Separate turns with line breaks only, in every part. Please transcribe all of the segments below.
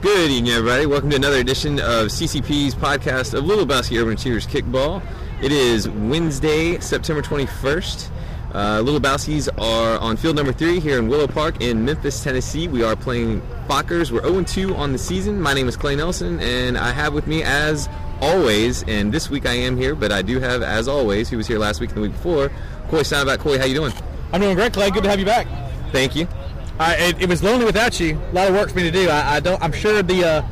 Good evening, everybody. Welcome to another edition of CCP's podcast of Little Basket Urban Cheers Kickball. It is Wednesday, September 21st. Uh, Little Bowskis are on field number three here in Willow Park in Memphis, Tennessee. We are playing Fockers. We're 0 2 on the season. My name is Clay Nelson, and I have with me, as always, and this week I am here, but I do have, as always, who was here last week and the week before, Coy Soundback. Coy, how you doing?
I'm doing great, Clay. Good to have you back.
Thank you.
I, it, it was lonely without you. A lot of work for me to do. I, I don't. I'm sure the uh,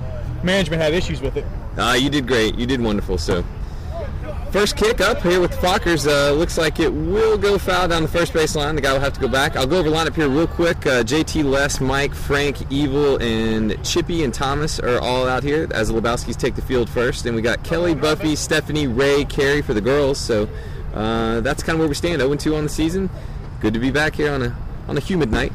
management had issues with it.
Uh, you did great. You did wonderful. So, first kick up here with the Fockers. Uh, looks like it will go foul down the first base line. The guy will have to go back. I'll go over lineup here real quick. Uh, JT, Les, Mike, Frank, Evil, and Chippy and Thomas are all out here as the Lebowskis take the field first. And we got Kelly, Buffy, Stephanie, Ray, Carrie for the girls. So uh, that's kind of where we stand. 0-2 on the season. Good to be back here on a on a humid night.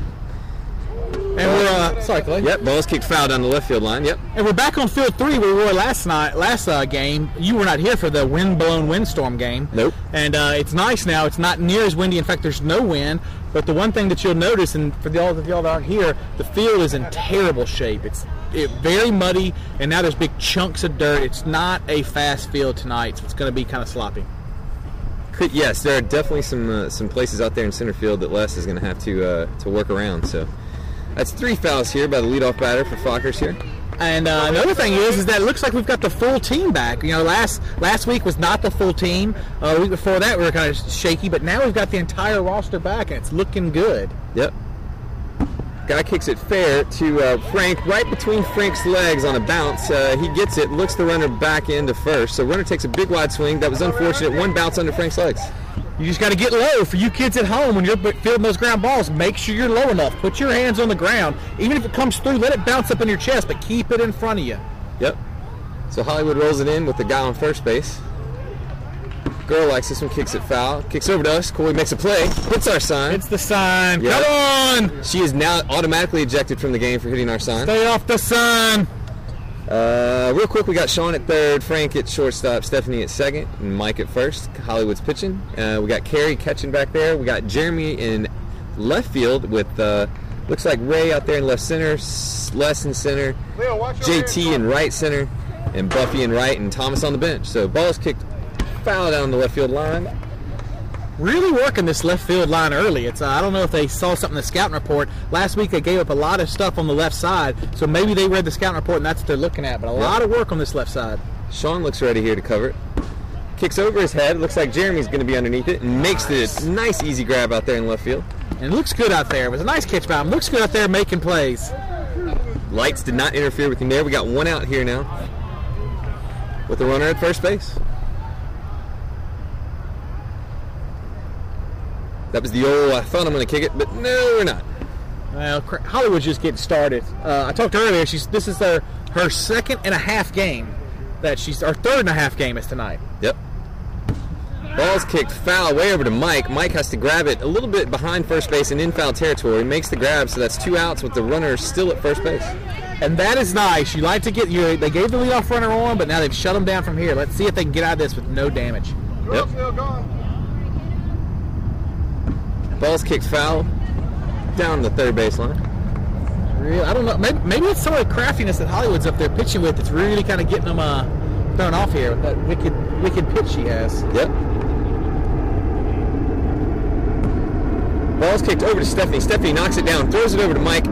And we're uh, sorry, Clay.
Yep, ball's kicked foul down the left field line. Yep.
And we're back on field three where we were last night, last uh, game. You were not here for the wind-blown windstorm game.
Nope.
And uh, it's nice now. It's not near as windy. In fact, there's no wind. But the one thing that you'll notice, and for the, all of y'all that aren't here, the field is in terrible shape. It's it, very muddy, and now there's big chunks of dirt. It's not a fast field tonight, so it's going to be kind of sloppy.
Could, yes, there are definitely some uh, some places out there in center field that Les is going to have to uh, to work around. So that's three fouls here by the leadoff batter for Fockers here.
And uh, another thing is, is that it looks like we've got the full team back. You know, last last week was not the full team. Uh, the week before that, we were kind of shaky, but now we've got the entire roster back, and it's looking good.
Yep. Guy kicks it fair to uh, Frank, right between Frank's legs on a bounce. Uh, he gets it, looks the runner back into first. So runner takes a big wide swing. That was unfortunate. One bounce under Frank's legs.
You just got to get low for you kids at home when you're b- fielding those ground balls. Make sure you're low enough. Put your hands on the ground. Even if it comes through, let it bounce up in your chest, but keep it in front of you.
Yep. So Hollywood rolls it in with the guy on first base. Girl likes this one, kicks it foul, kicks over to us. Corey makes a play, hits our sign.
It's the sign.
Yep.
Come on,
She is now automatically ejected from the game for hitting our sign.
stay off the sun.
Uh, real quick, we got Sean at third, Frank at shortstop, Stephanie at second, and Mike at first. Hollywood's pitching. Uh, we got Carrie catching back there. We got Jeremy in left field with uh, looks like Ray out there in left center, S- Les in center, JT in right center, and Buffy in right, and Thomas on the bench. So ball's kicked foul down the left field line.
really working this left field line early. It's uh, I don't know if they saw something in the scouting report last week. They gave up a lot of stuff on the left side, so maybe they read the scouting report and that's what they're looking at. But a lot of work on this left side.
Sean looks ready here to cover it. Kicks over his head. Looks like Jeremy's going to be underneath it and makes this nice easy grab out there in left field.
And it looks good out there. It was a nice catch by him. Looks good out there making plays.
Lights did not interfere with him there. We got one out here now with the runner at first base. That was the old, I thought I'm going to kick it, but no, we're not.
Well, cr- Hollywood's just getting started. Uh, I talked to her earlier. She's this is her her second and a half game that she's our third and a half game is tonight.
Yep. Ball's kicked foul way over to Mike. Mike has to grab it a little bit behind first base and in foul territory. Makes the grab, so that's two outs with the runner still at first base.
And that is nice. You like to get you. They gave the leadoff runner on, but now they've shut him down from here. Let's see if they can get out of this with no damage.
Yep. Ball's kicked foul down the third baseline.
Real, I don't know. Maybe, maybe it's some of the craftiness that Hollywood's up there pitching with that's really kind of getting them uh, thrown off here with that wicked, wicked pitch she has.
Yep. Ball's kicked over to Stephanie. Stephanie knocks it down, throws it over to Mike.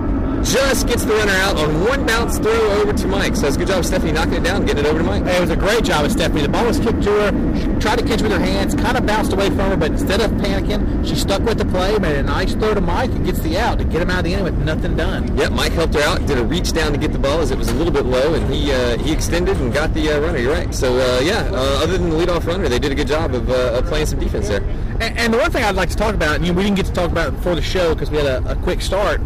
Just gets the runner out on one bounce throw over to Mike. So it's a good job, Stephanie, knocking it down, getting it over to Mike.
Hey, it was a great job of Stephanie. The ball was kicked to her. She tried to catch with her hands, kind of bounced away from her, but instead of panicking, she stuck with the play, made a nice throw to Mike, and gets the out to get him out of the inning with nothing done.
Yep, Mike helped her out, did a reach down to get the ball as it was a little bit low, and he uh, he extended and got the uh, runner. You're right. So uh, yeah, uh, other than the leadoff runner, they did a good job of, uh, of playing some defense there.
And, and the one thing I'd like to talk about, and you know, we didn't get to talk about it before the show because we had a, a quick start.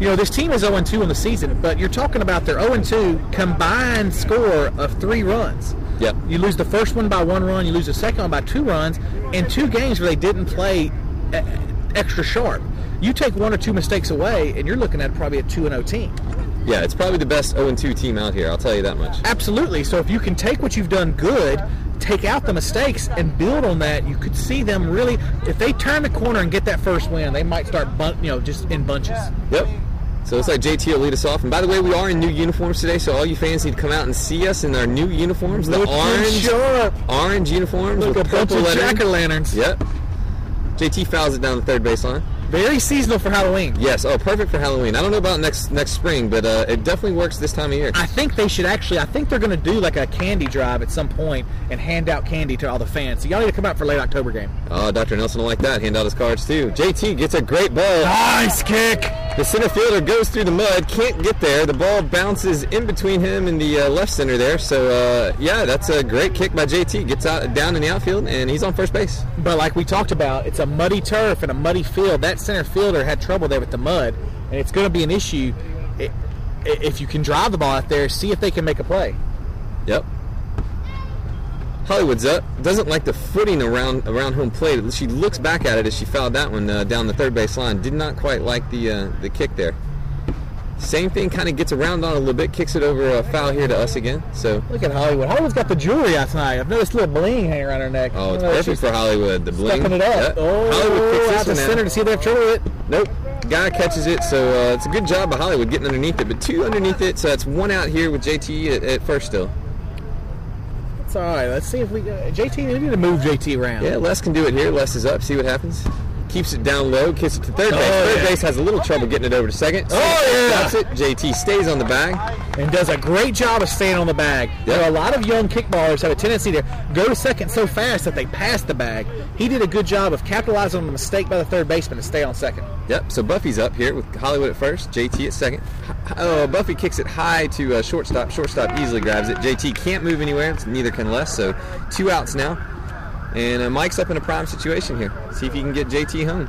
You know, this team is 0 2 on the season, but you're talking about their 0 2 combined score of three runs.
Yep.
You lose the first one by one run, you lose the second one by two runs, in two games where they didn't play uh, extra sharp. You take one or two mistakes away, and you're looking at probably a 2 0 team.
Yeah, it's probably the best 0-2 team out here. I'll tell you that much.
Absolutely. So if you can take what you've done good, take out the mistakes, and build on that, you could see them really, if they turn the corner and get that first win, they might start, bun- you know, just in bunches.
Yep. So it looks like JT will lead us off. And by the way, we are in new uniforms today, so all you fans need to come out and see us in our new uniforms, the
Looking
orange,
sharp.
orange uniforms
Look,
with
a bunch
purple
of
lettering.
jack o' lanterns.
Yep. JT fouls it down the third baseline.
Very seasonal for Halloween.
Yes. Oh, perfect for Halloween. I don't know about next next spring, but uh, it definitely works this time of year.
I think they should actually. I think they're going to do like a candy drive at some point and hand out candy to all the fans. So y'all need to come out for late October game.
Oh, Dr. Nelson will like that. Hand out his cards too. JT gets a great ball.
Nice kick.
The center fielder goes through the mud, can't get there. The ball bounces in between him and the uh, left center there. So uh, yeah, that's a great kick by JT. Gets out down in the outfield and he's on first base.
But like we talked about, it's a muddy turf and a muddy field. That center fielder had trouble there with the mud, and it's going to be an issue i- i- if you can drive the ball out there. See if they can make a play.
Yep. Hollywood's up. Doesn't like the footing around around home plate. She looks back at it as she fouled that one uh, down the third base line. Did not quite like the uh, the kick there. Same thing, kind of gets around on it a little bit, kicks it over a foul here to us again. So,
Look at Hollywood. Hollywood's got the jewelry out tonight. I've noticed a little bling hanging around her neck. I
oh,
don't
it's
know if
perfect
she's
for Hollywood. The bling.
Stepping it
Yep.
up.
Hollywood
Oh,
kicks
out the
this one
center
out.
to see if they have trouble with it.
Nope. Guy catches it, so uh, it's a good job by Hollywood getting underneath it, but two underneath it, so that's one out here with JT at, at first still.
It's all right. Let's see if we uh, JT. We need to move JT around.
Yeah, Les can do it here. Les is up. See what happens. Keeps it down low. Kicks it to third base.
Oh,
third
yeah.
base has a little trouble getting it over to second.
Oh, yeah.
Stops it. JT stays on the bag.
and does a great job of staying on the bag. There are a lot of young kickballers have a tendency to go to second so fast that they pass the bag. He did a good job of capitalizing on the mistake by the third baseman to stay on second.
Yep. So Buffy's up here with Hollywood at first. JT at second. Hi- Oh, Buffy kicks it high to uh, shortstop. Shortstop easily grabs it. JT can't move anywhere. Neither can Les. So two outs now. And uh, Mike's up in a prime situation here. See if he can get JT home.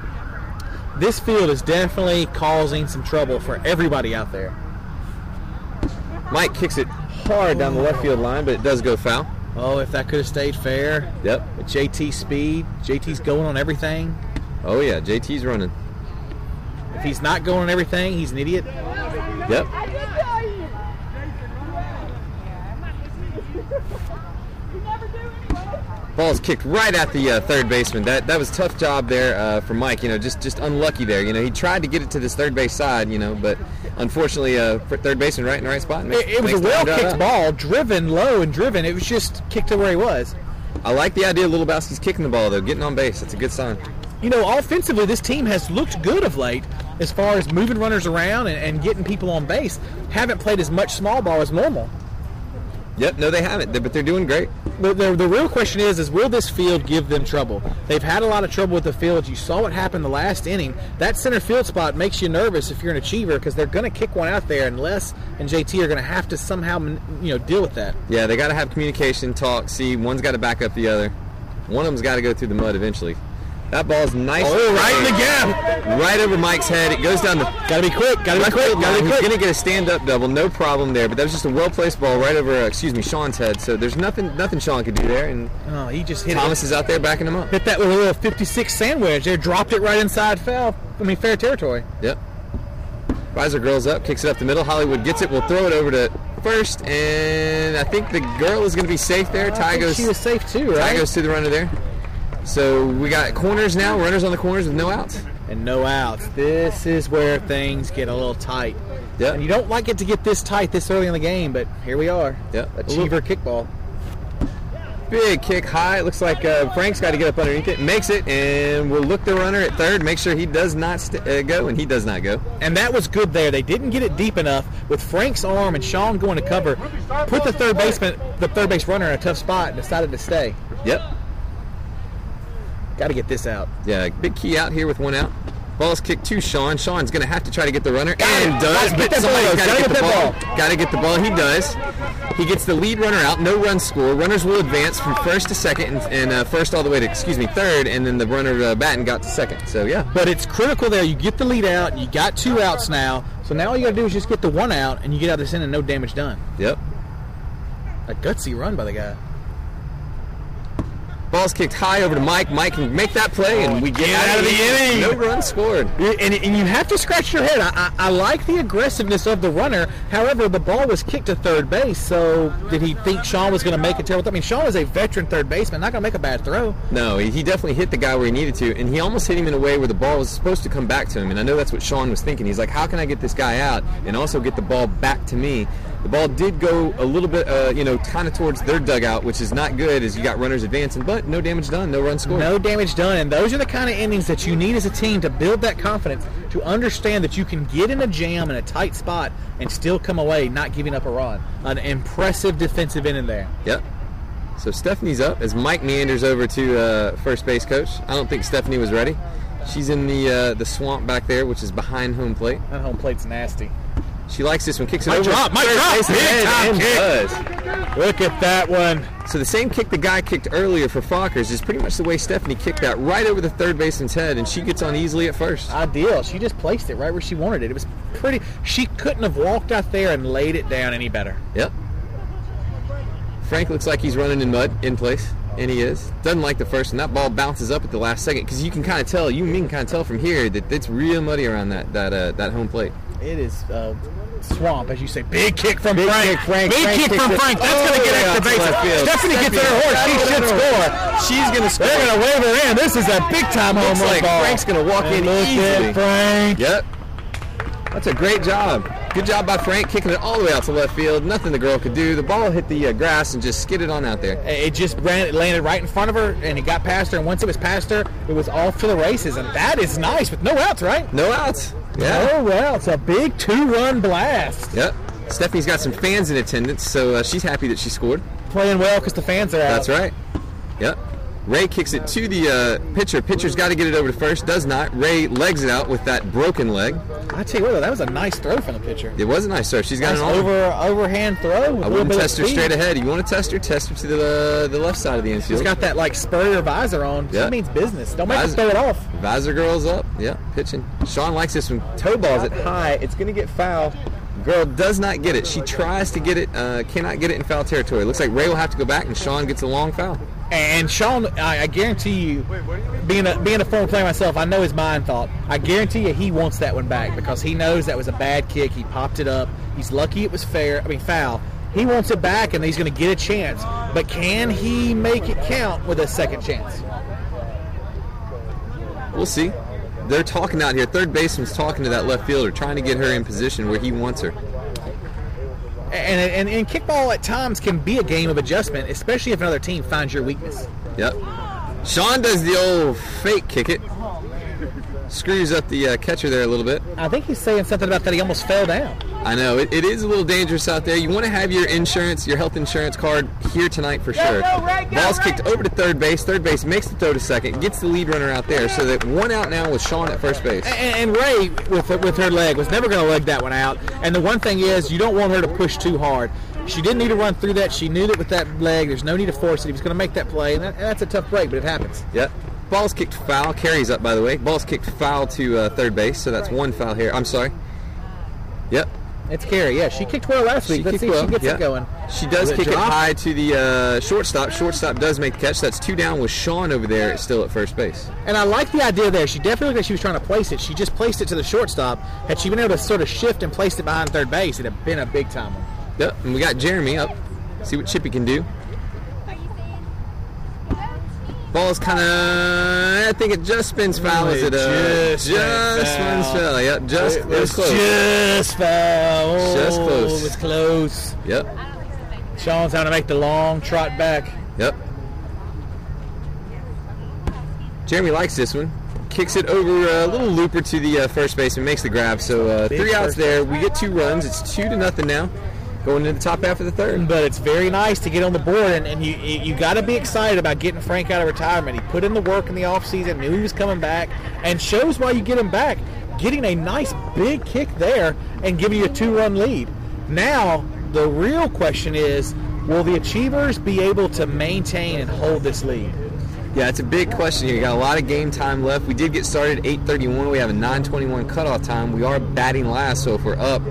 This field is definitely causing some trouble for everybody out there.
Mike kicks it hard down the left field line, but it does go foul.
Oh, if that could have stayed fair.
Yep.
But JT speed, JT's going on everything.
Oh yeah, JT's running.
If he's not going on everything, he's an idiot.
Yep. Ball's kicked right at the uh, third baseman. That that was tough job there uh, for Mike. You know, just just unlucky there. You know, he tried to get it to this third base side. You know, but unfortunately, uh, for third baseman right in the right spot.
It, it was a
makes the
well
ground out.
kicked ball, driven low and driven. It was just kicked to where he was.
I like the idea. of Little Bowski's kicking the ball though, getting on base. That's a good sign.
you know, offensively, this team has looked good of late as far as moving runners around and, and getting people on base. Haven't played as much small ball as normal.
Yep. No, they haven't, they- but they're doing great.
The, the, the real question is, is will this field give them trouble? They've had a lot of trouble with the field. You saw what happened the last inning. That center field spot makes you nervous if you're an achiever because they're going to kick one out there, and Les and JT are going to have to somehow, you know, deal with that.
Yeah, they got to have communication, talk. See, one's got to back up the other. One of them's got to go through the mud eventually. That ball's nice.
Oh, gap.
Right over Mike's head. It goes down the
Got to be quick. Got to be
left
quick.
field
Got
line.
to be
He's
quick.
gonna get a stand-up double, no problem there. But that was just a well-placed ball right over, uh, excuse me, Sean's head. So there's nothing, nothing Sean could do there. And
Oh, he just hit it.
Thomas is out there backing him up.
hit that with a little 56 sandwich. They dropped it right inside foul. I mean, fair territory.
Yep. Riser girls up, kicks it up the middle. Hollywood gets it. We'll throw it over to first, and I think the girl is gonna be safe there.
I
Ty
think
goes,
she was safe too,
Ty
right?
goes to the runner there. So we got corners now. Runners on the corners with no outs.
and no outs. This is where things get a little tight. And you
Yep.
don't like it to get this tight this early in the game, but here we are.
Yep.
Achiever kickball.
Big kick high. It looks like uh, Frank's got to get up underneath it. Makes it, and we'll look the runner at third. Make sure he does not st- uh, go, and he does not go.
And that was good there. They didn't get it deep enough with Frank's arm and Sean going to cover. Put the third baseman, the third base runner in a tough spot and decided to stay.
Yep.
Got to get this out.
Yeah, big key out here with one out. Ball's kicked to Sean. Sean's going to have to try to get the runner.
it.
and does,
Gotta
but
get that
somebody's
ball.
got to
Gotta
get,
get
the ball.
that
Got to get the ball. He does. He gets the lead runner out. No run score. Runners will advance from first to second, and, and uh, first all the way to, excuse me, third, and then the runner uh, batting got to second. So, yeah.
But it's critical there. You get the lead out. You got two outs now. So now all you got to do is just get the one out, and you get out of this inning, no damage done.
Yep.
A gutsy run by the guy.
Ball's kicked high over to Mike. Mike can make that play, and we get,
get out of the inning.
No run scored.
And, and you have to scratch your head. I, I, I like the aggressiveness of the runner. However, the ball was kicked to third base. So did he think Sean was going to make a terrible? I mean, Sean is a veteran third baseman, not going to make a bad throw.
No, he he definitely hit the guy where he needed to, and he almost hit him in a way where the ball was supposed to come back to him. And I know that's what Sean was thinking. He's like, "How can I get this guy out and also get the ball back to me?" The ball did go a little bit, uh, you know, kind of towards their dugout, which is not good as you got runners advancing, but no damage done, no run scored.
No damage done, and those are the kind of innings that you need as a team to build that confidence, to understand that you can get in a jam in a tight spot and still come away not giving up a run. An impressive defensive inning there.
Yep. So Stephanie's up as Mike meanders over to uh, first base coach. I don't think Stephanie was ready. She's in the uh, the swamp back there, which is behind home plate.
That home plate's nasty.
She likes this one. Kicks it
Mic
over.
drop, mic
First
drop,
base
big
ahead
time
and
kick.
buzz.
Look at that one.
So the same kick the guy kicked earlier for Fockers is pretty much the way Stephanie kicked that right over the third baseman's head, and she gets on easily at first.
Ideal. She just placed it right where she wanted it. It was pretty. She couldn't have walked out there and laid it down any better.
Yep. Frank looks like he's running in mud in place, and he is. Doesn't like the first, and that ball bounces up at the last second because you can kind of tell, you and me can kind of tell from here that it's real muddy around that that uh, that home plate.
It is uh, swamp, as you say. Big kick from
Big
Frank.
kick, Frank.
Big
Frank
kick
kicks
from
it Oh,
Frank. That's
all
going
the
to get
way out
extra
to
base.
left field.
Stephanie gets
Stephanie
there horse.
got
She
it
should
over.
score.
She's gonna score.
They're going to wave her in. This is a big time home
Looks
run
like
ball.
Frank's gonna walk
And
in
look
easily.
At Frank.
Yep. That's a great job. Good job by Frank kicking it all the way out to left field. Nothing the girl could do. The ball hit the uh, grass and just skidded on out there.
It just ran, it landed right in front of her, and it got past her. And once it was past her, it was off to the races. And that is nice with no outs, right?
No outs. Yeah.
Oh well, it's a big two-run blast.
Yep. Stephanie's got some fans in attendance, so uh, she's happy that she scored.
Playing well because the fans are out.
That's right. Yep. Ray kicks it to the uh, pitcher. Pitcher's got to get it over to first. Does not. Ray legs it out with that broken leg.
I tell you what, though, that was a nice throw from the pitcher.
It was a nice serve. She's got
Nice
an arm.
over overhand throw. With
I
a
wouldn't
little bit of
test her
speed.
straight ahead. You want to test her? Test her to the the left side of the
She's
infield.
got that like Spurrier visor on.
Yeah.
That means business. Don't make her
Visor.
throw it off.
Visor girls up. Yep, pitching. Sean likes this one. Toe balls it high. It's going to get foul. Girl does not get it. She tries to get it, uh, cannot get it in foul territory. Looks like Ray will have to go back, and Sean gets a long foul.
And Sean, I, I guarantee you, being a being a former player myself, I know his mind thought. I guarantee you, he wants that one back because he knows that was a bad kick. He popped it up. He's lucky it was fair. I mean foul. He wants it back, and he's going to get a chance. But can he make it count with a second chance?
We'll see. They're talking out here. Third baseman's talking to that left fielder, trying to get her in position where he wants her.
And, and and kickball at times can be a game of adjustment, especially if another team finds your weakness.
Yep. Sean does the old fake kick it. Screws up the uh, catcher there a little bit.
I think he's saying something about that he almost fell down.
I know it, it is a little dangerous out there. You want to have your insurance, your health insurance card here tonight for sure.
go, Ray, go,
Ball's
Ray.
kicked over to third base. Third base makes the throw to second, gets the lead runner out there, so that one out now with Sean at first base.
And, and Ray, with with her leg, was never going to leg that one out. And the one thing is, you don't want her to push too hard. She didn't need to run through that. She knew that with that leg, there's no need to force it. He was going to make that play, and, that, and that's a tough break, but it happens.
Yep. Ball's kicked foul. Carries up, by the way. Ball's kicked foul to uh, third base, so that's one foul here. I'm sorry. Yep.
It's Carrie. Yeah, she kicked well last week. Let's
kicked
see if
well.
she gets
Yeah.
it going.
She does
Good
kick it
job.
high to the uh, shortstop. Shortstop does make the catch. That's two down with Sean over there still at first base.
And I like the idea there. She definitely looked like she was trying to place it. She just placed it to the shortstop. Had she been able to sort of shift and place it behind third base, it'd have been a big time one.
Yep. And we got Jeremy up. See what Chippy can do. Ball's kind of. I think it just spins foul. Is it uh,
Just spins
spins
foul.
foul? Yep, just it was close.
just foul.
Just close.
It was close.
Yep,
Sean's having to make the long trot back.
yep. Jeremy likes this one. Kicks it over a little looper to the uh, first base and makes the grab. So uh,
Big
three outs
first
there. We get two runs. It's two to nothing now. Going into the top half of the third.
But it's very nice to get on the board, and, and you you you got to be excited about getting Frank out of retirement. He put in the work in the offseason, knew he was coming back, and shows why you get him back. Getting a nice big kick there and giving you a two run lead. Now, the real question is will the Achievers be able to maintain and hold this lead?
Yeah, it's a big question here. We got a lot of game time left. We did get started at 8:31. We have a 9:21 cutoff time. We are batting last, so if we're up,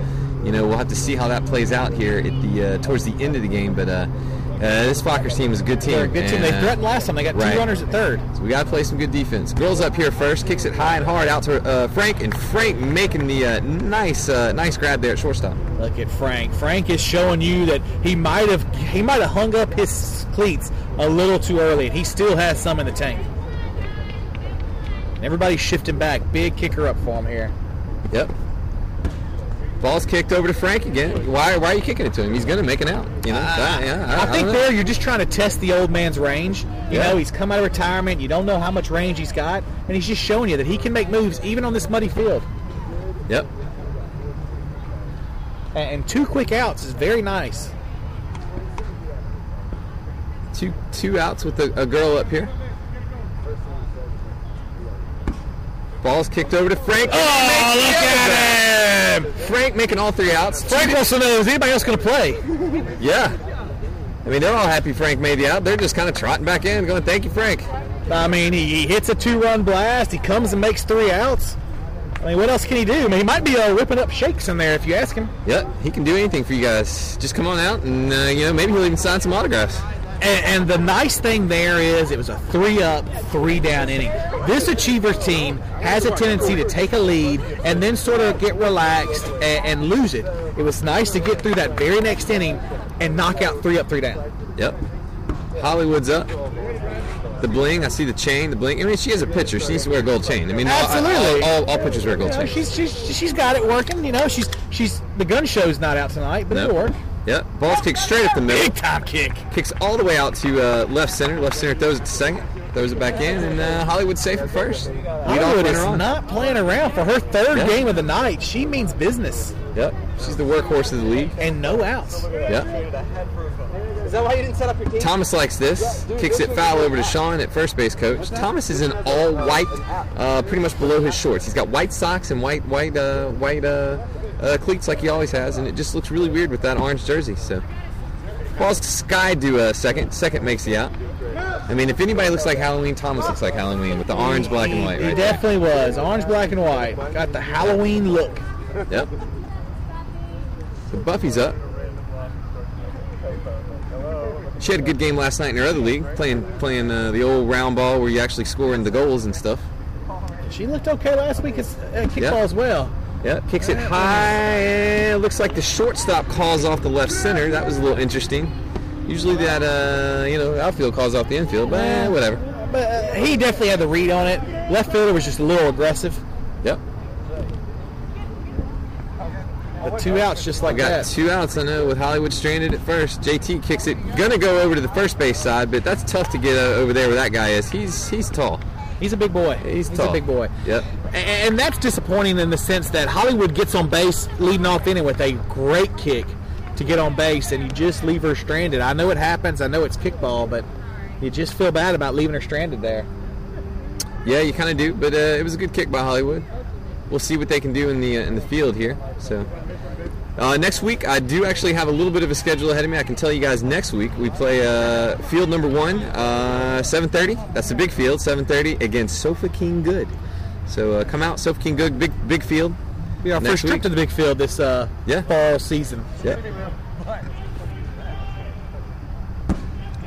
you know, we'll have to see how that plays out here at the uh, towards the end of the game. But uh, Uh, this Fockers team is a good team.
They're a good team. They
and- uh,
threatened last time. They got
Right.
two runners at third.
So we got to play some good defense. Girls up here first, kicks it high and hard out to uh, Frank, and Frank making the uh, nice, uh, nice grab there at shortstop.
Look at Frank. Frank is showing you that he might have he might have hung up his cleats a little too early, and he still has some in the tank. And everybody's shifting back. Big kicker up for him here.
Yep. Ball's kicked over to Frank again. Why, why are you kicking it to him? He's gonna make an out. You know.
I-
Uh, yeah,
I,
don't
think
know.
there you're just trying to test the old man's range. You
Yeah.
know, he's come out of retirement. You don't know how much range he's got, and he's just showing you that he can make moves even on this muddy field.
Yep.
A- And two quick outs is very nice.
Two two outs with a, a girl up here. Ball's kicked over to Frank.
Oh,
Makes
look
the other
at him!
grab. Frank making all three outs.
Frank wants to know is anybody else going to play?
Yeah. I mean, they're all happy Frank made the out. They're just kind of trotting back in, going, "Thank you, Frank."
I mean, he, he hits a two-run blast. He comes and makes three outs. I mean, what else can he do? I mean, he might be uh, whipping up shakes in there if you ask him.
Yep, he can do anything for you guys. Just come on out, and uh, you know maybe he'll even sign some autographs.
And, and the nice thing there is it was a three up, three down inning. This Achievers team has a tendency to take a lead and then sort of get relaxed and, and lose it. It was nice to get through that very next inning and knock out three up, three down.
Yep, Hollywood's up. The bling, I see the chain. The bling. I mean, she is a pitcher. She needs to wear a gold chain. I mean, all-
Absolutely.
All, all, all pitchers wear gold
You know,
chains.
she's, she's, she's got it working. You know, she's she's the gun show's not out tonight, but
Yep.
it'll work.
Yep, ball's kicked straight at the middle.
Big time kick.
Kicks all the way out to uh, left center. Left center throws it to second. Throws it back in, and uh, Hollywood's safe at first. Lead off
Hollywood is
runner on.
not playing around for her third
Yeah.
game of the night. She means business
Yep, she's the workhorse of the league.
and no outs.
Yep.
Is that why you didn't set up your team?
Thomas likes this. Kicks it foul over to Sean at first base coach. Thomas is in all white, uh, pretty much below his shorts. He's got white socks and white white uh, white uh, uh, cleats like he always has, and it just looks really weird with that orange jersey. So, balls to Sky do a second. Second makes the out. I mean, if anybody looks like Halloween, Thomas looks like Halloween with the orange, black, and white.
He
Right there.
definitely was. Orange, black, and white. Got the Halloween look.
Yep. So Buffy's up. She had a good game last night in her other league, playing playing uh, the old round ball where you actually scoring the goals and stuff.
She looked okay last week at at kickball
Yeah.
as well.
Yeah, kicks it high. and looks like the shortstop calls off the left center. That was a little interesting. Usually that uh, you know outfield calls off the infield, but eh, whatever.
But uh, he definitely had the read on it. Left fielder was just a little aggressive.
Yep.
The two outs just like
We got
that.
two outs, I know, with Hollywood stranded at first. JT kicks it, gonna go over to the first base side, but that's tough to get uh, over there where that guy is. He's he's tall.
He's a big boy.
He's,
He's
tall.
a big boy.
Yep.
A- And that's disappointing in the sense that Hollywood gets on base leading off inning with a great kick to get on base, and you just leave her stranded. I know it happens. I know it's kickball, but you just feel bad about leaving her stranded there.
Yeah, you kind of do, but uh, it was a good kick by Hollywood. We'll see what they can do in the uh, in the field here. So uh, next week, I do actually have a little bit of a schedule ahead of me. I can tell you guys next week we play uh, field number one, uh, 7:30. That's the big field, 7:30 against Sofa King Good. So uh, come out, Sofa King Good, big big field.
Be our
Next
first trip
week.
to the big field this uh,
Yeah.
fall season.
Yeah.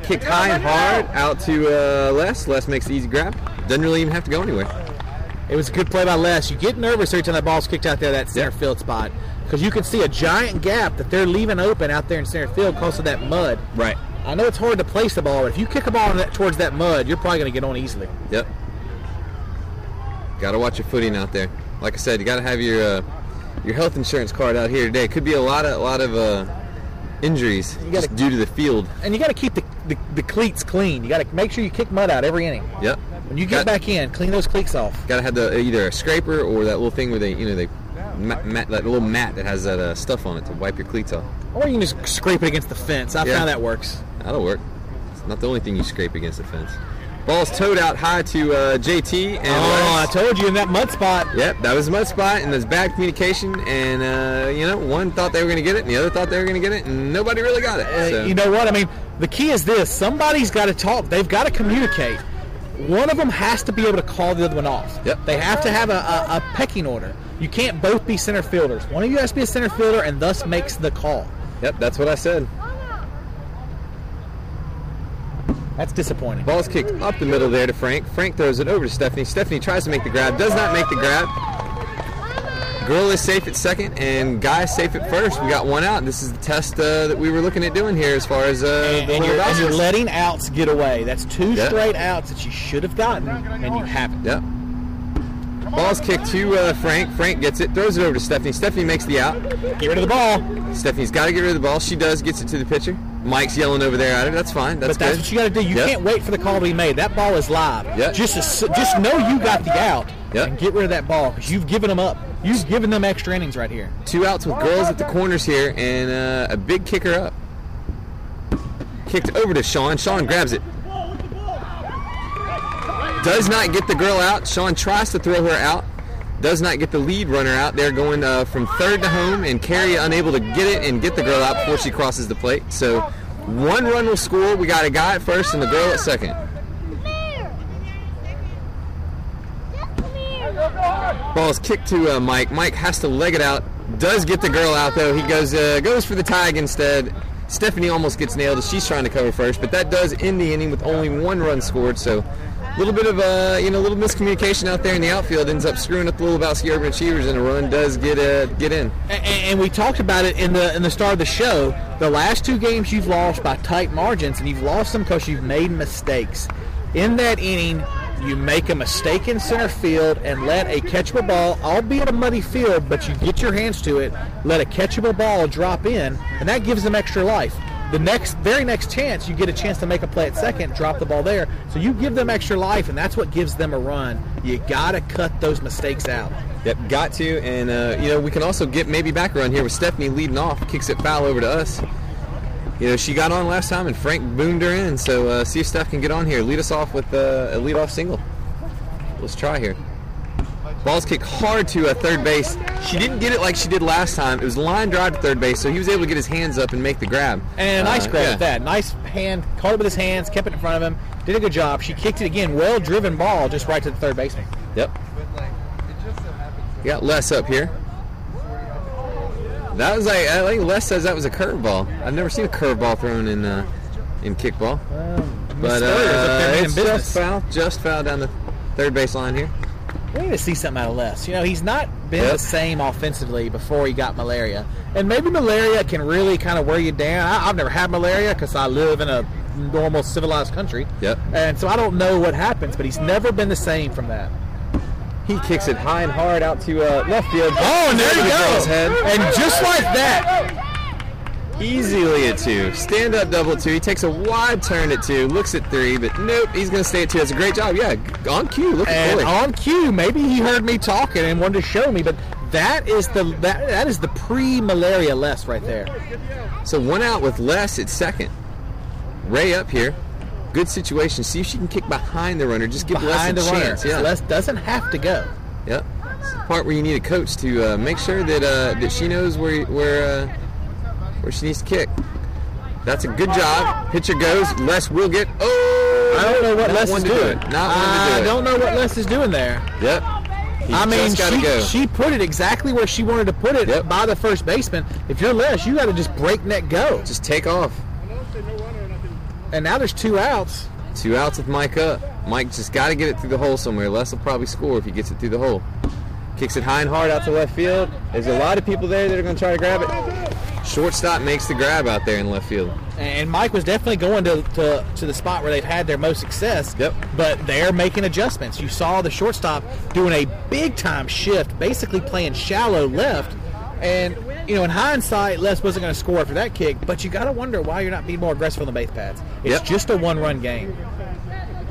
Kicked high and hard out to uh, Les. Les makes the easy grab. Doesn't really even have to go anywhere.
It was a good play by Les. You get nervous every time that ball's kicked out there that center
Yeah.
field spot because you can see a giant gap that they're leaving open out there in center field because of that mud.
Right.
I know it's hard to place the ball, but if you kick a ball in that, towards that mud, you're probably going to get on easily.
Yep. Got to watch your footing out there. Like I said, you got to have your uh, your health insurance card out here today. Could be a lot of a lot of uh, injuries
gotta-
just due to the field.
And you got to keep the, the, the cleats clean. You got to make sure you kick mud out every inning.
Yep.
When you get
Got-
back in, clean those cleats off.
Got to have the uh, either a scraper or that little thing where they you know they ma- ma- that little mat that has that uh, stuff on it to wipe your cleats off.
Or you can just scrape it against the fence. I
Yeah.
found that works.
That'll work. It's not the only thing you scrape against the fence. Ball's towed out high to uh, JT and
Oh, I
Les.
told you in that mud spot.
Yep, that was a mud spot, and there's bad communication, and uh, you know, one thought they were gonna get it, and the other thought they were gonna get it, and nobody really got it.
Uh,
so.
You know what? I mean, the key is this somebody's got to talk, they've got to communicate. One of them has to be able to call the other one off.
Yep.
They have to have a, a, a pecking order. You can't both be center fielders. One of you has to be a center fielder and thus makes the call.
Yep, that's what I said.
That's disappointing.
Ball's kicked up the middle there to Frank. Frank throws it over to Stephanie. Stephanie tries to make the grab, does not make the grab. Girl is safe at second, and guy is safe at first. We got one out. This is the test uh, that we were looking at doing here as far as uh,
And,
the
and
little
you're, and you're
baskets.
letting outs get away. That's two
Yeah.
straight outs that you should have gotten, and you haven't.
Yep. Ball's kicked to uh, Frank. Frank gets it, throws it over to Stephanie. Stephanie makes the out.
Get rid of the ball.
Stephanie's got to get rid of the ball. She does, gets it to the pitcher. Mike's yelling over there at her. That's fine. That's
But that's
good.
what you got to do. You
Yep.
can't wait for the call to be made. That ball is live.
Yep.
Just as, just know you got the out
Yep.
and get rid of that ball because you've given them up. You've given them extra innings right here.
Two outs with girls at the corners here, and uh, a big kicker up. Kicked over to Sean. Sean grabs it. Does not get the girl out. Sean tries to throw her out. Does not get the lead runner out. They're going uh, from third to home, and Carrie unable to get it and get the girl out before she crosses the plate. So one run will score. We got a guy at first and the girl at second. Ball's kicked to uh, Mike. Mike has to leg it out. Does get the girl out though. He goes uh, goes for the tag instead. Stephanie almost gets nailed as she's trying to cover first, but that does end the inning with only one run scored. So a little bit of uh, you know a little miscommunication out there in the outfield ends up screwing up the Lebowski Urban Achievers, and a run does get uh, get in.
And, and we talked about it in the in the start of the show. The last two games you've lost by tight margins, and you've lost them because you've made mistakes. In that inning, you make a mistake in center field and let a catchable ball, albeit a muddy field, but you get your hands to it. Let a catchable ball drop in, and that gives them extra life. The next, very next chance, you get a chance to make a play at second, drop the ball there. So you give them extra life, and that's what gives them a run. You gotta cut those mistakes out.
Yep, got to, and uh, you know we can also get maybe back around here with Stephanie leading off, kicks it foul over to us. You know she got on last time, and Frank boomed her in. So uh, see if Steph can get on here, lead us off with uh, a lead off single. Let's try here. Ball's kicked hard to uh, third base. She didn't get it like she did last time. It was line drive to third base, so he was able to get his hands up and make the grab.
And a nice
Uh,
grab
yeah.
at that. Nice hand, caught it with his hands, kept it in front of him, did a good job. She kicked it again, well driven ball, just right to the third baseman.
Yep. We Got Les up here. That was like I think Les says that was a curveball. I've never seen a curveball thrown in uh, in kickball. But uh, it's just foul, just foul down the third base line here.
We need to see something out of Les. You know, he's not been
Yep.
the same offensively before he got malaria. And maybe malaria can really kind of wear you down. I, I've never had malaria because I live in a normal, civilized country.
Yep.
And so I don't know what happens, but he's never been the same from that.
He kicks it high and hard out to uh, left field.
Oh, and there
Over
you
the girl's
go.
Head.
And just like that,
Easily at two. Stand up double two. He takes a wide turn at two. Looks at three, but nope, he's going to stay at two. That's a great job. Yeah, on cue. Look at
and
Coley.
on cue, maybe he heard me talking and wanted to show me, but that is the that, that is the pre-malaria less right there.
So one out with Les at second. Ray up here. Good situation. See if she can kick behind the runner. Just give
Behind the
Les a
runner,
chance. Yeah.
less doesn't have to go.
Yep. It's the part where you need a coach to uh, make sure that uh, that she knows where where uh, where she needs to kick. That's a good job. Pitcher goes. Les will get. Oh!
I don't know what
Not
Les
one
is
to do
doing.
it. Not one to
I
do it.
don't know what Les is doing there.
Yep. He
I mean,
just gotta
she,
go.
she put it exactly where she wanted to put it
Yep.
by the first baseman. If you're Les, you got to just breakneck go.
just take off.
And now there's two outs.
Two outs with Mike up. Mike just got to get it through the hole somewhere. Les will probably score if he gets it through the hole. Kicks it high and hard out to left field. There's a lot of people there that are going to try to grab it. Shortstop makes the grab out there in left field.
And Mike was definitely going to, to, to the spot where they've had their most success.
Yep.
But they're making adjustments. You saw the shortstop doing a big time shift, basically playing shallow left. And, you know, in hindsight, Les wasn't going to score after that kick, but you got to wonder why you're not being more aggressive on the base pads. It's
Yep.
just a one run game.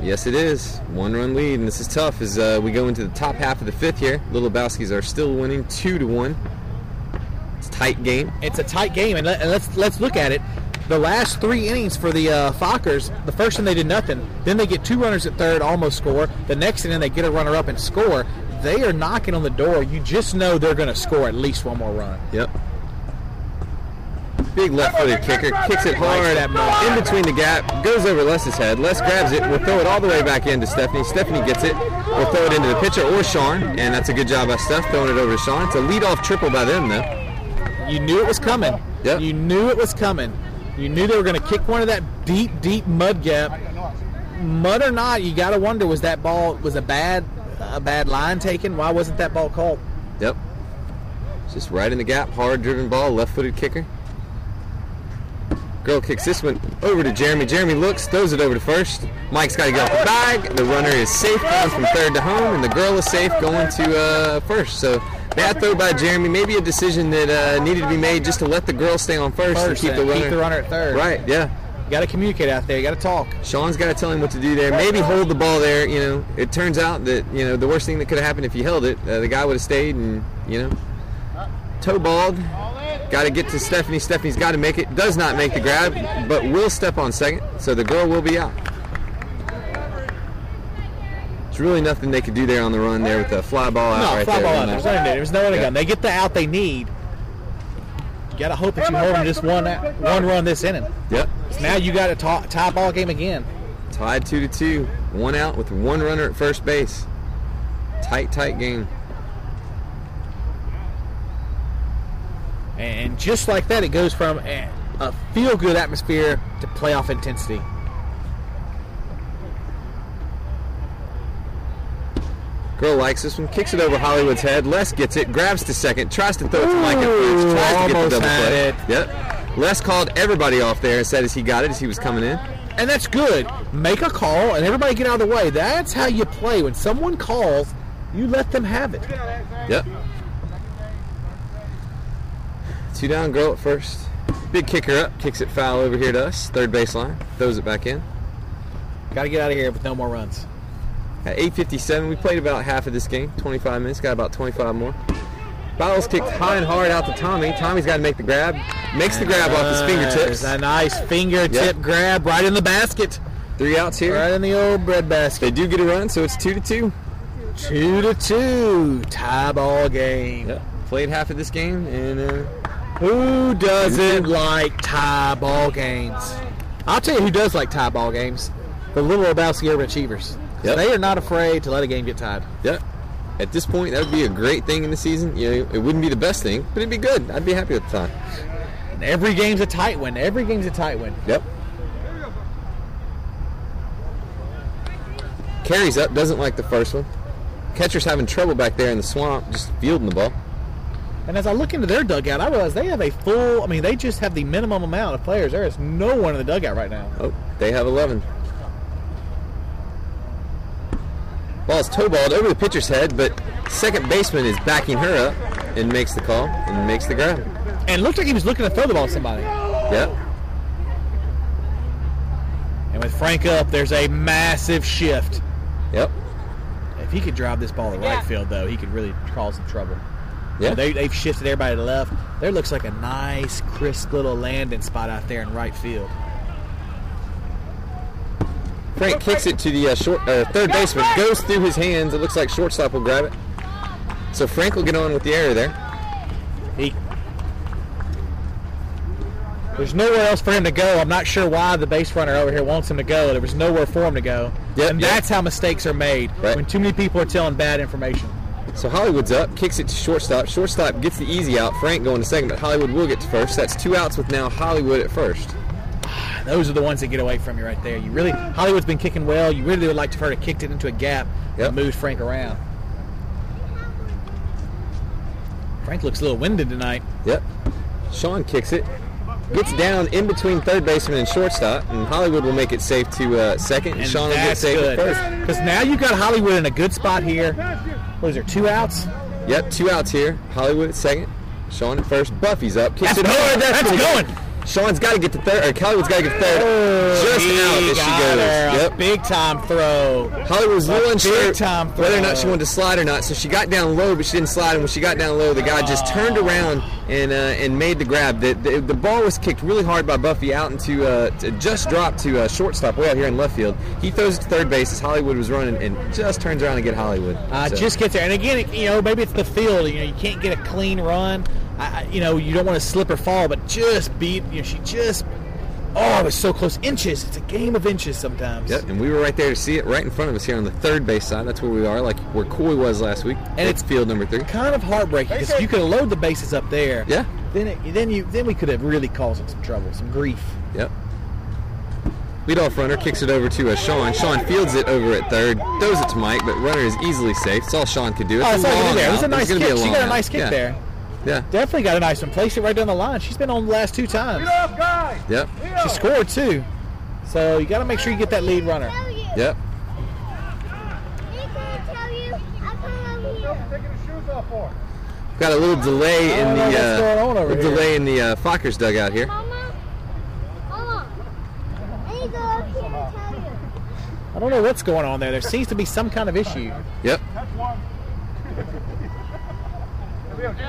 Yes, it is. One run lead, and this is tough as uh, we go into the top half of the fifth here. Little Bowskis are still winning two to one. It's a tight game.
it's a tight game, and, let, and let's let's look at it. The last three innings for the uh, Fockers, the first one they did nothing. Then they get two runners at third, almost score. The next inning they get a runner up and score. They are knocking on the door. You just know they're going to score at least one more run.
Yep. Big left-footed kicker kicks it hard
that ball.
in between the gap, goes over Les's head. Les grabs it. We'll throw it all the way back into Stephanie. Stephanie gets it. We'll throw it into the pitcher or Sean, and that's a good job by Steph throwing it over to Sean. It's a lead-off triple by them though.
You knew it was coming.
Yep.
You knew it was coming. You knew they were going to kick one of that deep, deep mud gap, mud or not, you got to wonder was that ball was a bad a bad line taken? Why wasn't that ball called?
Yep. Just right in the gap, hard driven ball, left footed kicker. Girl kicks this one over to Jeremy. Jeremy looks, throws it over to first. Mike's got to get off the bag. The runner is safe going from third to home, and the girl is safe going to uh, first. So bad throw by Jeremy. Maybe a decision that uh, needed to be made just to let the girl stay on first,
First,
and keep the runner.
runner at third.
Right, yeah.
Got to communicate out there. You got to talk.
Sean's got to tell him what to do there. Maybe hold the ball there. You know, it turns out that you know the worst thing that could have happened if you held it, uh, the guy would have stayed and you know, toe balled. Got to get to Stephanie. Stephanie's got to make it. Does not make the grab, but will step on second. So the girl will be out. There's really nothing they could do there on the run there with the fly ball out
No,
right
fly
there.
ball out. There's nothing there. There's no other
Yeah.
gun. They get the out they need. You got to hope that you hold them just one out- one run this inning.
Yep.
Now you got a ta- tie ball game again.
Tied two to two. One out with one runner at first base. Tight, tight game.
And just like that, it goes from a, a feel good atmosphere to playoff intensity.
Girl likes this one, kicks it over Hollywood's head. Les gets it, grabs to second, tries to throw it to Mike at first,
Ooh,
tries to get the
almost
double
had
play.
it.
Yep. Les called everybody off there and said as he got it as he was coming in.
And that's good. Make a call and everybody get out of the way. That's how you play. When someone calls, you let them have it.
Yep. Two down, girl at first. Big kicker up, kicks it foul over here to us, third baseline, throws it back in.
Got to get out of here with no more runs.
At 8:57, we played about half of this game, 25 minutes, got about 25 more. Fouls kicked high and hard out to Tommy. Tommy's got to make the grab, makes the grab off his fingertips.
There's a nice fingertip
Yep.
grab right in the basket.
Three outs here.
Right in the old bread
They
basket.
do get a run, so it's two to two.
Two to two. Tie ball game.
Played half of this game, and uh,
Who doesn't like tie ball games? I'll tell you who does like tie ball games. The little Lebowski overachievers. 'Cause
Yep.
They are not afraid to let a game get tied.
yeah, at this point, that would be a great thing in the season. You know, it wouldn't be the best thing, but it'd be good. I'd be happy with the time.
And every game's a tight win. Every game's a tight win.
Yep. Carries up, doesn't like the first one. Catcher's having trouble back there in the swamp, just fielding the ball.
And as I look into their dugout, I realize they have a full. I mean, they just have the minimum amount of players. There is no one in the dugout right now.
Oh, they have 11. Ball's toe balled over the pitcher's head, but second baseman is backing her up and makes the call and makes the grab.
And it looked like he was looking to throw the ball to somebody.
Yep.
And with Frank up, there's a massive shift.
Yep.
If he could drive this ball to right field, though, he could really cause some trouble.
Yeah.
They, they've shifted everybody to left. There looks like a nice, crisp little landing spot out there in right field.
Frank kicks it to the uh, short uh, third baseman, goes through his hands. It looks like shortstop will grab it. So Frank will get on with the error there.
He. There's nowhere else for him to go. I'm not sure why the base runner over here wants him to go. There was nowhere for him to go.
Yep,
and
yep.
that's how mistakes are made
Right.
when too many people are telling bad information.
So Hollywood's up, kicks it to shortstop. Shortstop gets the easy out. Frank going to second, but Hollywood will get to first. That's two outs with now Hollywood at first.
And those are the ones that get away from you right there. You really Hollywood's been kicking well. You really would like to have heard it kicked it into a gap
Yep.
that moves Frank around. Frank looks a little winded tonight.
Yep. Sean kicks it, gets down in between third baseman and shortstop, and Hollywood will make it safe to uh, second, and,
And
Sean will get
that's
safe
good.
at first.
Because now you've got Hollywood in a good spot here. What is there, two outs?
Yep, two outs here. Hollywood at second, Sean at first. Buffy's up, kicks it hard. That's,
That's
gonna
going.
go. Sean's got to get to third, or Hollywood's got to get to third. Just
Oh, He
out as she
got
goes.
her a
Yep.
Big time throw.
Hollywood was a little
Big
unsure
time
whether or not
throw.
she wanted to slide or not, so she got down low, but she didn't slide. And when she got down low, the guy just
Ah.
turned around and uh, and made the grab. The, the, the ball was kicked really hard by Buffy out into uh, to just dropped to uh, shortstop way out here in left field. He throws it to third base as Hollywood was running, and just turns around to get Hollywood.
Uh,
So,
Just get there, and again, it- you know, maybe it's the field. You know, you can't get a clean run. I, I- you know, you don't want to slip or fall, but just beat. You know, she just. Oh, it was so close. Inches. It's a game of inches sometimes.
Yep, and we were right there to see it, right in front of us here on the third base side. That's where we are, like where Coy was last week.
And
it's
it's-
field number three.
Kind of heartbreaking because if you could have loaded the bases up there,
Yeah.
Then it, then you then we could have really caused them some trouble, some grief.
Yep. Leadoff runner kicks it over to uh, Sean. Sean fields it over at third, throws it to Mike, but runner is easily safe. It's all Sean could do. It's
Oh, that's
a
all you
long
did there. It was
out.
a nice
gonna be
kick. She
long
got a
out.
nice kick
Yeah.
there.
Yeah.
Definitely got a nice one. Placed it right down the line. She's been on the last two times.
Yep.
She scored too. So you got to make sure you get that lead runner.
tell you.
Yep.
He can't tell you. I come over here.
Got a little delay
I
in
don't know
the
Oh, what's going on
uh,
over
little
here.
delay in the uh, Fockers dugout here.
Mama, Mama, I need to go up here and tell you.
I don't know what's going on there. There seems to be some kind of issue.
Yep.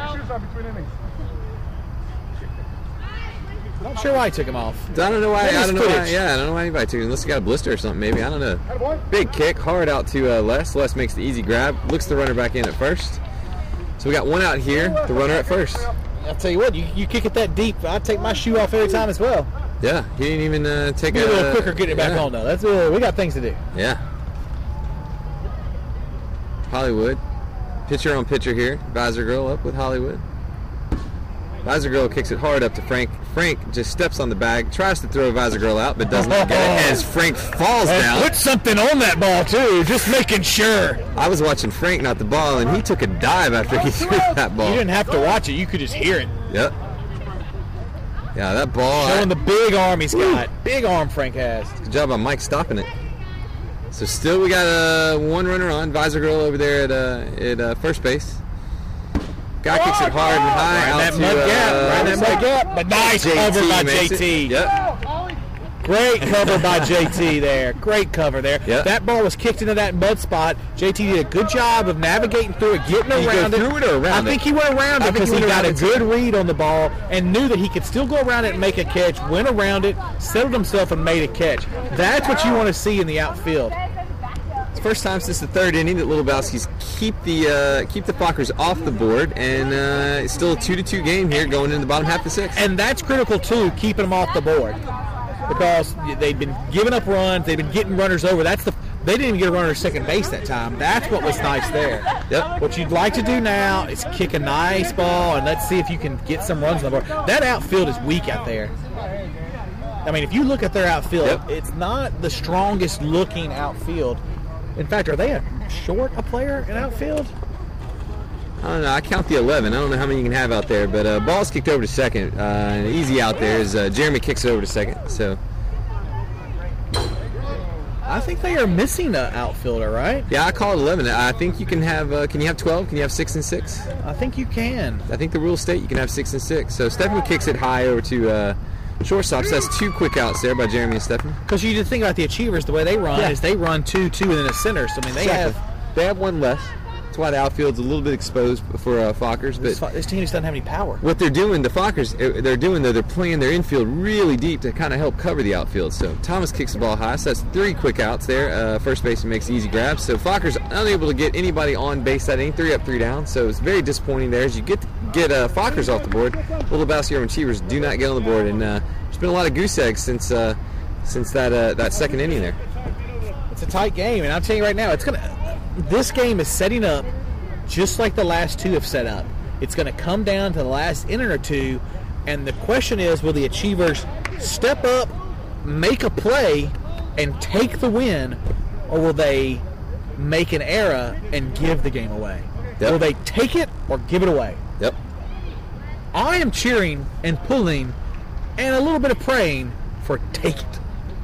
Not sure why I took him off.
I don't know why.
Maybe
I
it's
don't know why.
footage.
Yeah, I don't know why anybody took it, unless he got a blister or something. Maybe I don't know. Big kick, hard out to uh, Les. Les makes the easy grab, looks the runner back in at first. So we got one out here, the runner at first.
I'll tell you what, you, you kick it that deep. I take my shoe off every time as well.
Yeah, he didn't even uh, take
Be a little quicker
get
getting it back on though. That's uh, we got things to do.
Yeah. Hollywood. Pitcher on pitcher here. Visor Girl up with Hollywood. Visor Girl kicks it hard up to Frank. Frank just steps on the bag, tries to throw Visor Girl out, but does not get it as Frank falls down.
something on that ball too, just making sure.
I was watching Frank, not the ball, and he took a dive after he threw that ball.
Oh, You didn't have to watch it; you could just hear it.
Yep. Yeah, that ball. I-
Showing the big arm he's
Woo.
got. Big arm Frank has.
Good job on Mike stopping it. So still we got uh, one runner on. Visor girl over there at uh, at uh, first base. Guy kicks it hard and high out
That
to
mud
uh,
gap, right that mud gap. But nice cover by
makes it.
JT.
Yep.
Great cover by JT there. Great cover there.
Yep.
That ball was kicked into that mud spot. JT did a good job of navigating through it, getting
Did he go
around
through it or around
I think
it?
he went around
I think
it because
he
he,
went
got a
around
good read on the ball and knew that he could still go around it and make a catch. Went around it, settled himself, and made a catch. That's what you want to see in the outfield.
It's the first time since the third inning that Little Bowski's keep the uh, keep the Fockers off the board, and uh, it's still a two to two game here going into the bottom half of the sixth.
and that's critical too, keeping them off the board because they've been giving up runs, they've been getting runners over. That's the they didn't even get a runner to second base that time. That's what was nice there.
Yep.
What you'd like to do now is kick a nice ball and let's see if you can get some runs on the board. That outfield is weak out there. I mean, if you look at their outfield,
Yep.
it's not the strongest looking outfield. In fact, are they a short a player in outfield?
I don't know. I count the 11. I don't know how many you can have out there, but uh, ball's kicked over to second. Uh, and easy out there is uh, Jeremy kicks it over to second. So
I think they are missing an outfielder, right?
yeah, I call it 11. I think you can have. Uh, can you have 12? Can you have six and six?
I think you can.
I think the rules state you can have six and six. So Stephen kicks it high over to uh, shortstop. So that's two quick outs there by Jeremy and Stephen.
Because you just think about the achievers, the way they run
Yeah.
is they run two, two, and then a center. So I mean, they have
they have one less. That's why the outfield's a little bit exposed for uh, Fockers,
this,
but.
fu- this team just doesn't have any power.
What they're doing, the Fockers, eh, they're doing though, they're playing their infield really deep to kind of help cover the outfield. So Thomas kicks the ball high, so that's three quick outs there. Uh, first baseman makes the easy grabs. So Fockers unable to get anybody on base that inning, three up, three down. So it's very disappointing there. As you get get uh, Fockers off the board, Little Basquiat and Cheevers do not get on the board, and uh, there's been a lot of goose eggs since uh, since that uh, that second inning there.
It's a tight game, and I'm telling you right now, it's gonna. This game is setting up just like the last two have set up. It's gonna come down to the last inning or two, and the question is, will the achievers step up, make a play, and take the win, or will they make an error and give the game away?
Yep.
Will they take it or give it away?
Yep.
I am cheering and pulling and a little bit of praying for take it.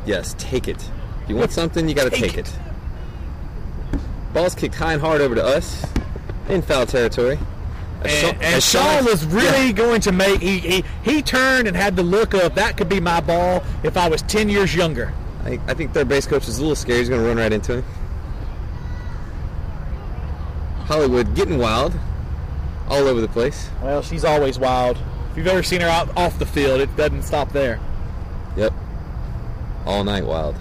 Yes, take it. If you want something, you got to
Take
take,
it.
it. Ball's kicked high and hard over to us in foul territory. As Sean-
And, and
as
Sean
Sean-
was really going to make he, he he turned and had the look of that could be my ball if I was ten years younger.
I, think- I think third base coach is a little scared. He's going to run right into him. Hollywood getting wild, all over the place.
Well, she's always wild. If you've ever seen her out off the field, it doesn't stop there.
Yep. All night wild.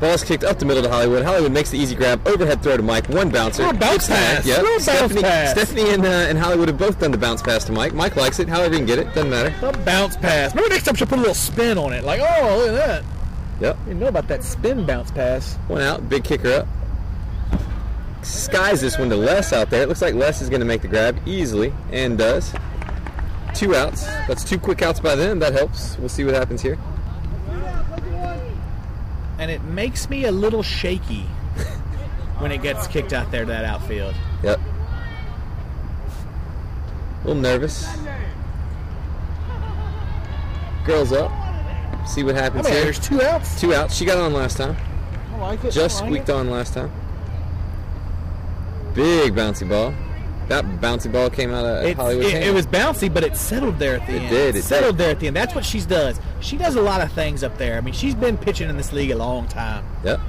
Ball's kicked up the middle to Hollywood. Hollywood makes the easy grab, overhead throw to Mike, one bouncer.
Little
Gets
bounce
back.
pass,
Yep.
little bounce
Stephanie,
pass.
Stephanie and, uh, and Hollywood have both done the bounce pass to Mike. Mike likes it, however he can get it, doesn't matter.
The bounce pass. Maybe next time she'll put a little spin on it. Like, oh, look at that.
Yep.
You know about that spin bounce pass.
One out, big kicker up. Skies this one to Les out there. It looks like Les is going to make the grab easily and does. Two outs. That's two quick outs by them. That helps. We'll see what happens here.
and it makes me a little shaky when it gets kicked out there to that outfield.
Yep. A little nervous. Girls up. See what
I
happens
mean,
here.
there's two outs.
Two outs. She got on last time.
I like it.
Just
I like
squeaked
it.
on last time. Big bouncy ball. That bouncy ball came out of
It,
Hollywood.
it,
Canyon.
it was bouncy, but it settled there at the
It
end.
did, it did.
settled there at the end. That's what she does. She does a lot of things up there. I mean, she's been pitching in this league a long time.
Yep.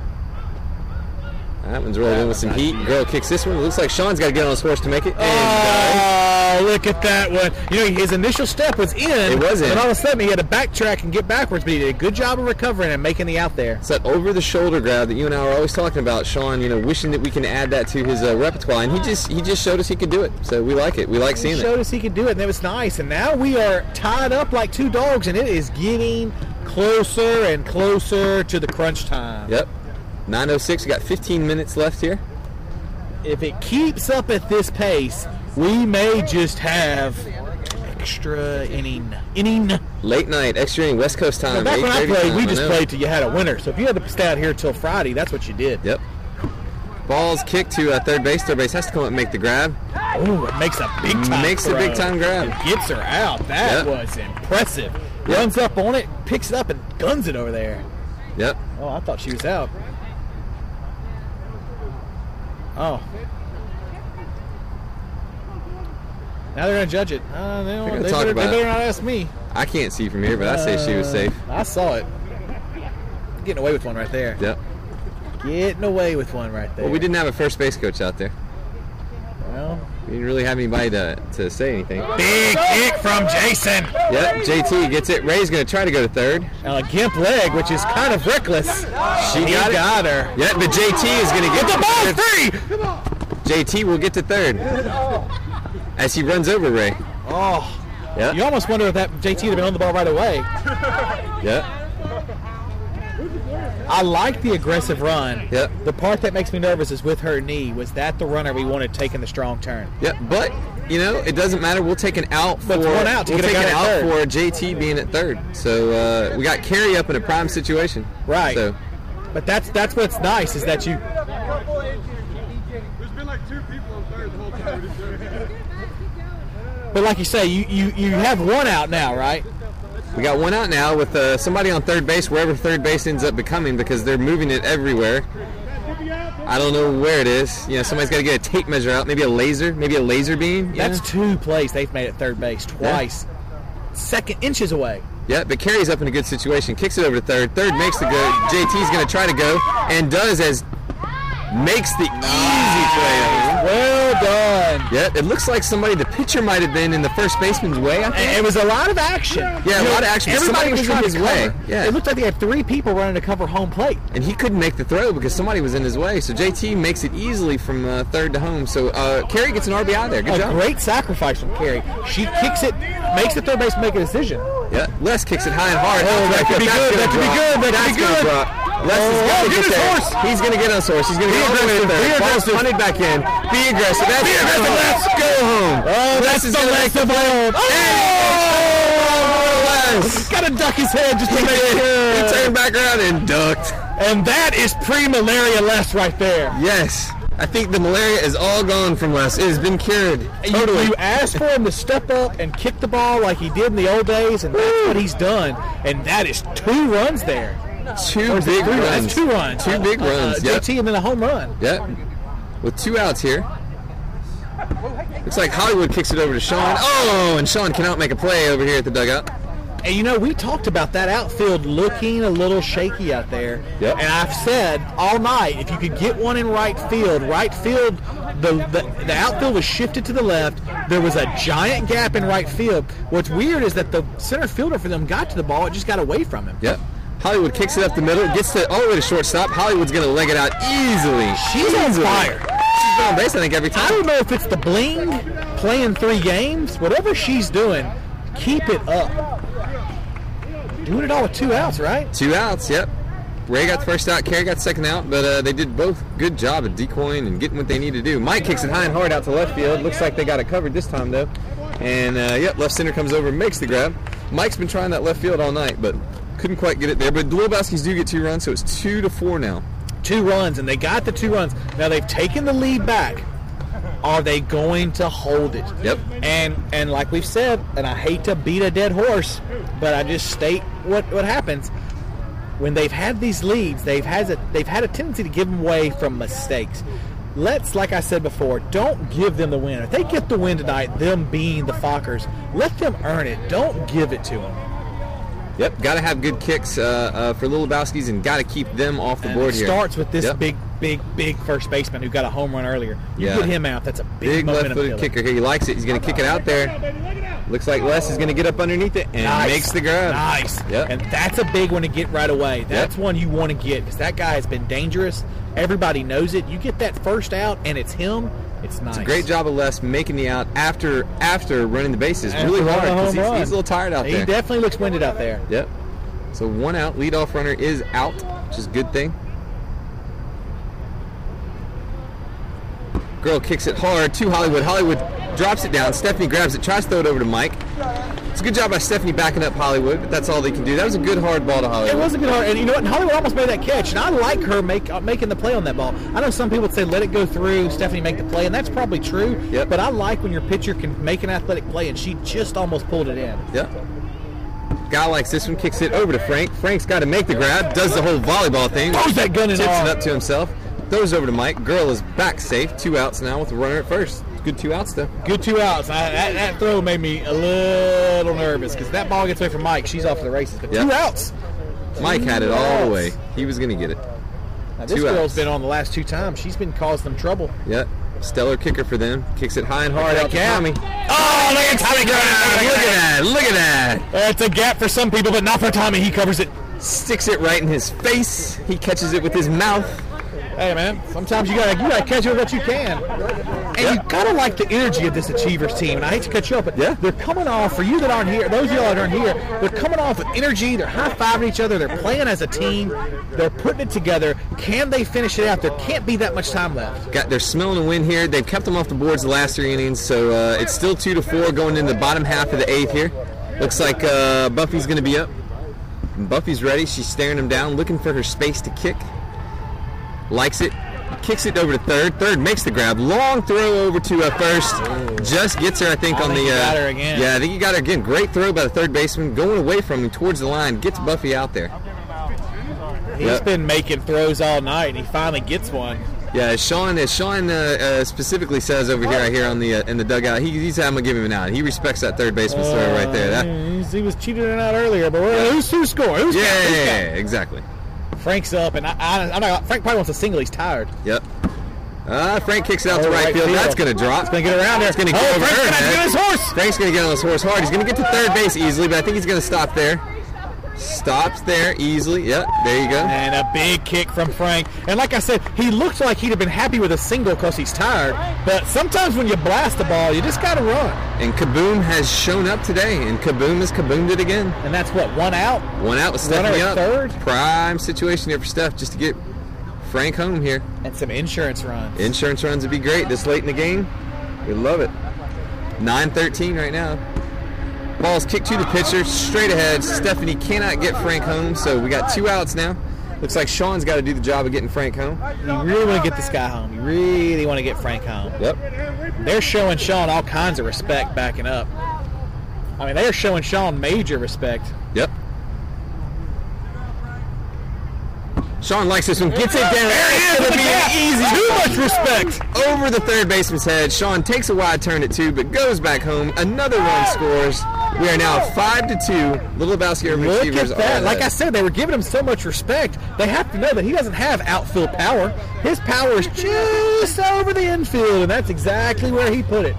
That one's rolled in with some heat. Girl kicks this one. Looks like Sean's got to get on his horse to make it. And, uh,
Oh, look at that one. You know, his initial step was in.
It was in.
But all of a sudden, he had to backtrack and get backwards, but he did a good job of recovering and making the out there.
it's that over-the-shoulder grab that you and I were always talking about, Sean. You know, wishing that we can add that to his uh, repertoire, and he just he just showed us he could do it. So we like it. We like
He
seeing it.
showed us he could do it, and it was nice. And now we are tied up like two dogs, and it is getting closer and closer to the crunch time.
Yep. 906. We got 15 minutes left here.
If it keeps up at this pace, we may just have extra inning. Inning.
Late night, extra inning, West Coast time.
Now, back when I
8:30
played,
time,
we
I
just
know.
played till you had a winner. So if you had to stay out here till Friday, that's what you did.
Yep. Ball's kicked to uh, third base. Third base has to come up and make the grab.
Ooh, it makes a big time.
Makes a
throw.
big time grab.
It gets her out.
Yep.
That was impressive. Runs up on it, picks it up, and guns it over there.
Yep.
Oh, I thought she was out. Oh. Now they're gonna judge it. Uh, they don't,
gonna
they
talk
better,
about
they better
it.
not ask me.
I can't see from here, but I say she was
Uh,
safe.
I saw it. Getting away with one right there.
Yep.
Getting away with one right there.
Well, we didn't have a first base coach out there.
Well,
We didn't really have anybody to, to say anything.
big kick from Jason.
Yep, JT gets it. Ray's going to try to go to third.
Now a gimp leg, which is kind of reckless. She
got it.
her.
Yep, but JT is going to get
the ball
free. JT will get to third as he runs over Ray.
Oh, you
Yep.
almost wonder if that JT would have been on the ball right away.
Yep.
I like the aggressive run.
Yep.
The part that makes me nervous is with her knee. Was that the runner we wanted taking the strong turn?
Yep. But you know, it doesn't matter. We'll take an out for
But it's one out to
we'll
get a
take
guy
an
at
out
third.
for JT being at third. So uh, we got carry up in a prime situation.
Right.
So
But that's that's what's nice is that you
There's been like two people on third the whole time.
but like you say, you, you, you have one out now, right?
we got one out now with uh, somebody on third base, wherever third base ends up becoming, because they're moving it everywhere. I don't know where it is. You know, somebody's got to get a tape measure out. Maybe a laser. Maybe a laser beam.
That's
yeah.
two plays they've made at third base twice. Second inches away.
yeah. But carries up in a good situation. Kicks it over to third. Third makes the go. JT's going to try to go and does as makes the easy play.
Well done.
Yeah, it looks like somebody, the pitcher might have been in the first baseman's way. I think.
And it was a lot of action.
Yeah, a lot of action, but
Everybody
somebody
was
was trying
trying
his way. Yeah.
It looked like they had three people running to cover home plate.
And he couldn't make the throw because somebody was in his way. So JT makes it easily from uh, third to home. So uh, Carey gets an RBI there. Good
a
job.
great sacrifice from Carrie. She kicks it, makes the third base make a decision.
Yeah, Les kicks it high and hard.
Oh, that could be
That's
good,
gonna
that could be
drop.
good, that could be
That's
good.
gonna drop. Les is
Oh,
gonna
get
get
his
there.
horse.
He's going to get on his horse. He's going to get all the way to
aggressive,
third.
be
Ball's
aggressive.
punted back in. Be aggressive. That's
Be aggressive,
Let's Go home.
Oh, that's the last of home.
Oh,
He's got to duck his head just to make
He
sure.
turned back around and ducked.
And that is pre-malaria less right there.
Yes. I think the malaria is all gone from Les. It has been cured.
You- You, asked for him to step up and kick the ball like he did in the old days, and that's what he's done. And that is two runs there.
Two big
Three
runs.
That's two runs.
Two big
Uh, uh,
runs, yep.
JT and then a home run.
Yep. With two outs here. Looks like Hollywood kicks it over to Sean. Oh, and Sean cannot make a play over here at the dugout.
And you know, we talked about that outfield looking a little shaky out there.
Yep.
And I've said all night, if you could get one in right field, right field, the, the the outfield was shifted to the left. There was a giant gap in right field. What's weird is that the center fielder for them got to the ball, it just got away from him.
Yep. Hollywood kicks it up the middle, gets to all the way to shortstop. Hollywood's going to leg it out easily.
She's on fire.
She's on base, I think, every
I
time.
don't know if it's the bling, playing three games, whatever she's doing, keep it up. Doing it all with two outs, right?
Two outs, yep. Ray got the first out, Carey got the second out, but uh, they did both good job at decoying and getting what they need to do. Mike kicks it high and hard out to left field. Looks like they got it covered this time, though. And, uh, yep, left center comes over and makes the grab. Mike's been trying that left field all night, but couldn't quite get it there, but the Lebowski's do get two runs, so it's two to four now.
Two runs, and they got the two runs. Now they've taken the lead back. Are they going to hold it?
Yep.
And and like we've said, and I hate to beat a dead horse, but I just state what what happens when they've had these leads. They've had a, they've had a tendency to give them away from mistakes. Let's, like I said before, don't give them the win. If they get the win tonight, them being the Fockers, let them earn it. Don't give it to them.
Yep, got to have good kicks uh, uh, for Little Lebowski's and got to keep them off the
And
board
it
here.
starts with this
Yep.
big, big, big first baseman who got a home run earlier. You
Yeah.
get him out. That's a big,
big
momentum
left-footed
killer.
kicker here. He likes it. He's going to kick it out there. Looks like Les is going to get up underneath it and
Nice.
makes the grab.
Nice.
Yep.
And that's a big one to get right away. That's
Yep.
one you want to get because that guy has been dangerous. Everybody knows it. You get that first out, and it's him. It's nice.
Great job of Les making the out after after running the bases.
After
really hard
running a
because
home
he's,
run.
he's a little tired out
He
there.
definitely looks winded out there.
Yep. So one out, leadoff runner is out, which is a good thing. Girl kicks it hard to Hollywood. Hollywood drops it down. Stephanie grabs it, tries to throw it over to Mike. It's a good job by Stephanie backing up Hollywood, but that's all they can do. That was a good hard ball to Hollywood.
It was a good hard, and you know what? And Hollywood almost made that catch, and I like her make uh, making the play on that ball. I know some people would say let it go through, Stephanie make the play, and that's probably true.
Yep.
But I like when your pitcher can make an athletic play, and she just almost pulled it in.
Yep. Guy likes this one, kicks it over to Frank. Frank's got to make the grab, does the whole volleyball thing.
Throws that gun in
Tips
arm.
it up to himself, throws it over to Mike. Girl is back safe, two outs now with the runner at first. Good two outs though.
Good two outs. I, that, that throw made me a little nervous because that ball gets away from Mike. She's off to the races. But
Yep.
two outs.
Mike had it all the way. He was going to get it.
Now, this
Two
girl's
outs.
been on the last two times. She's been causing them trouble.
Yep. Stellar kicker for them. Kicks it high and hard out to
gap.
Tommy. Oh, look at Tommy grab! Look at that! Look at that!
It's a gap for some people, but not for Tommy. He covers it.
Sticks it right in his face. He catches it with his mouth.
Hey man, sometimes you gotta you gotta catch it what you can, and you gotta like the energy of this Achievers team. And I hate to cut you off, but
Yeah.
they're coming off for you that aren't here. Those of y'all that aren't here, they're coming off with energy. They're high fiving each other. They're playing as a team. They're putting it together. Can they finish it out? There can't be that much time left.
Got they're smelling a win here. They've kept them off the boards the last three innings, so uh, it's still two to four going into the bottom half of the eighth here. Looks like uh, Buffy's going to be up. And Buffy's ready. She's staring him down, looking for her space to kick. Likes it. Kicks it over to third. Third makes the grab. Long throw over to uh, first. Just gets her, I think,
I
on
think
the.
he
Uh,
got her again.
Yeah, I think he got her again. Great throw by the third baseman, going away from him towards the line. Gets Buffy out there.
He's
Yep.
been making throws all night, and he finally gets one.
Yeah, as Sean, as Sean uh, uh, specifically says over here, I hear on the uh, in the dugout, he, he said I'm gonna give him an out. He respects that third baseman throw right there. That,
Uh, he was cheated out earlier, but who's who scored? Who's
yeah, yeah, yeah, yeah, exactly.
Frank's up, and I, I, I know Frank probably wants a single. He's tired.
Yep. Uh, Frank kicks it out to
Oh,
right,
right
field.
field.
That's gonna drop. It's
gonna get around there.
It's gonna get
Oh,
over
Frank's
her,
gonna
man.
get his horse.
Frank's gonna get on his horse hard. He's gonna get to third base easily, but I think he's gonna stop there. Stops there easily. Yep, there you go.
And a big kick from Frank. And like I said, he looked like he'd have been happy with a single because he's tired. But sometimes when you blast the ball, you just got to run.
And Kaboom has shown up today, and Kaboom has kaboomed it again.
And that's what, one out?
One out with
Runner
Stephanie
at
up.
third.
Prime situation here for Steph just to get Frank home here.
And some insurance runs.
Insurance runs would be great this late in the game. We love it. 9-13 right now. Ball's kicked to the pitcher, straight ahead. Stephanie cannot get Frank home, so we got two outs now. Looks like Sean's got to do the job of getting Frank home.
You really want to get this guy home. You really want to get Frank home.
Yep.
They're showing Sean all kinds of respect backing up. I mean, they're showing Sean major respect.
Yep. Sean likes this one. Gets it down. There
Look at that. Too much respect.
over the third baseman's head. Sean takes a wide turn at two, but goes back home. Another run scores. We are now five to two. Little Lebowski over
Look
Achievers are
at that.
ahead.
Like I said, they were giving him so much respect. They have to know that he doesn't have outfield power. His power is just over the infield, and that's exactly where he put it.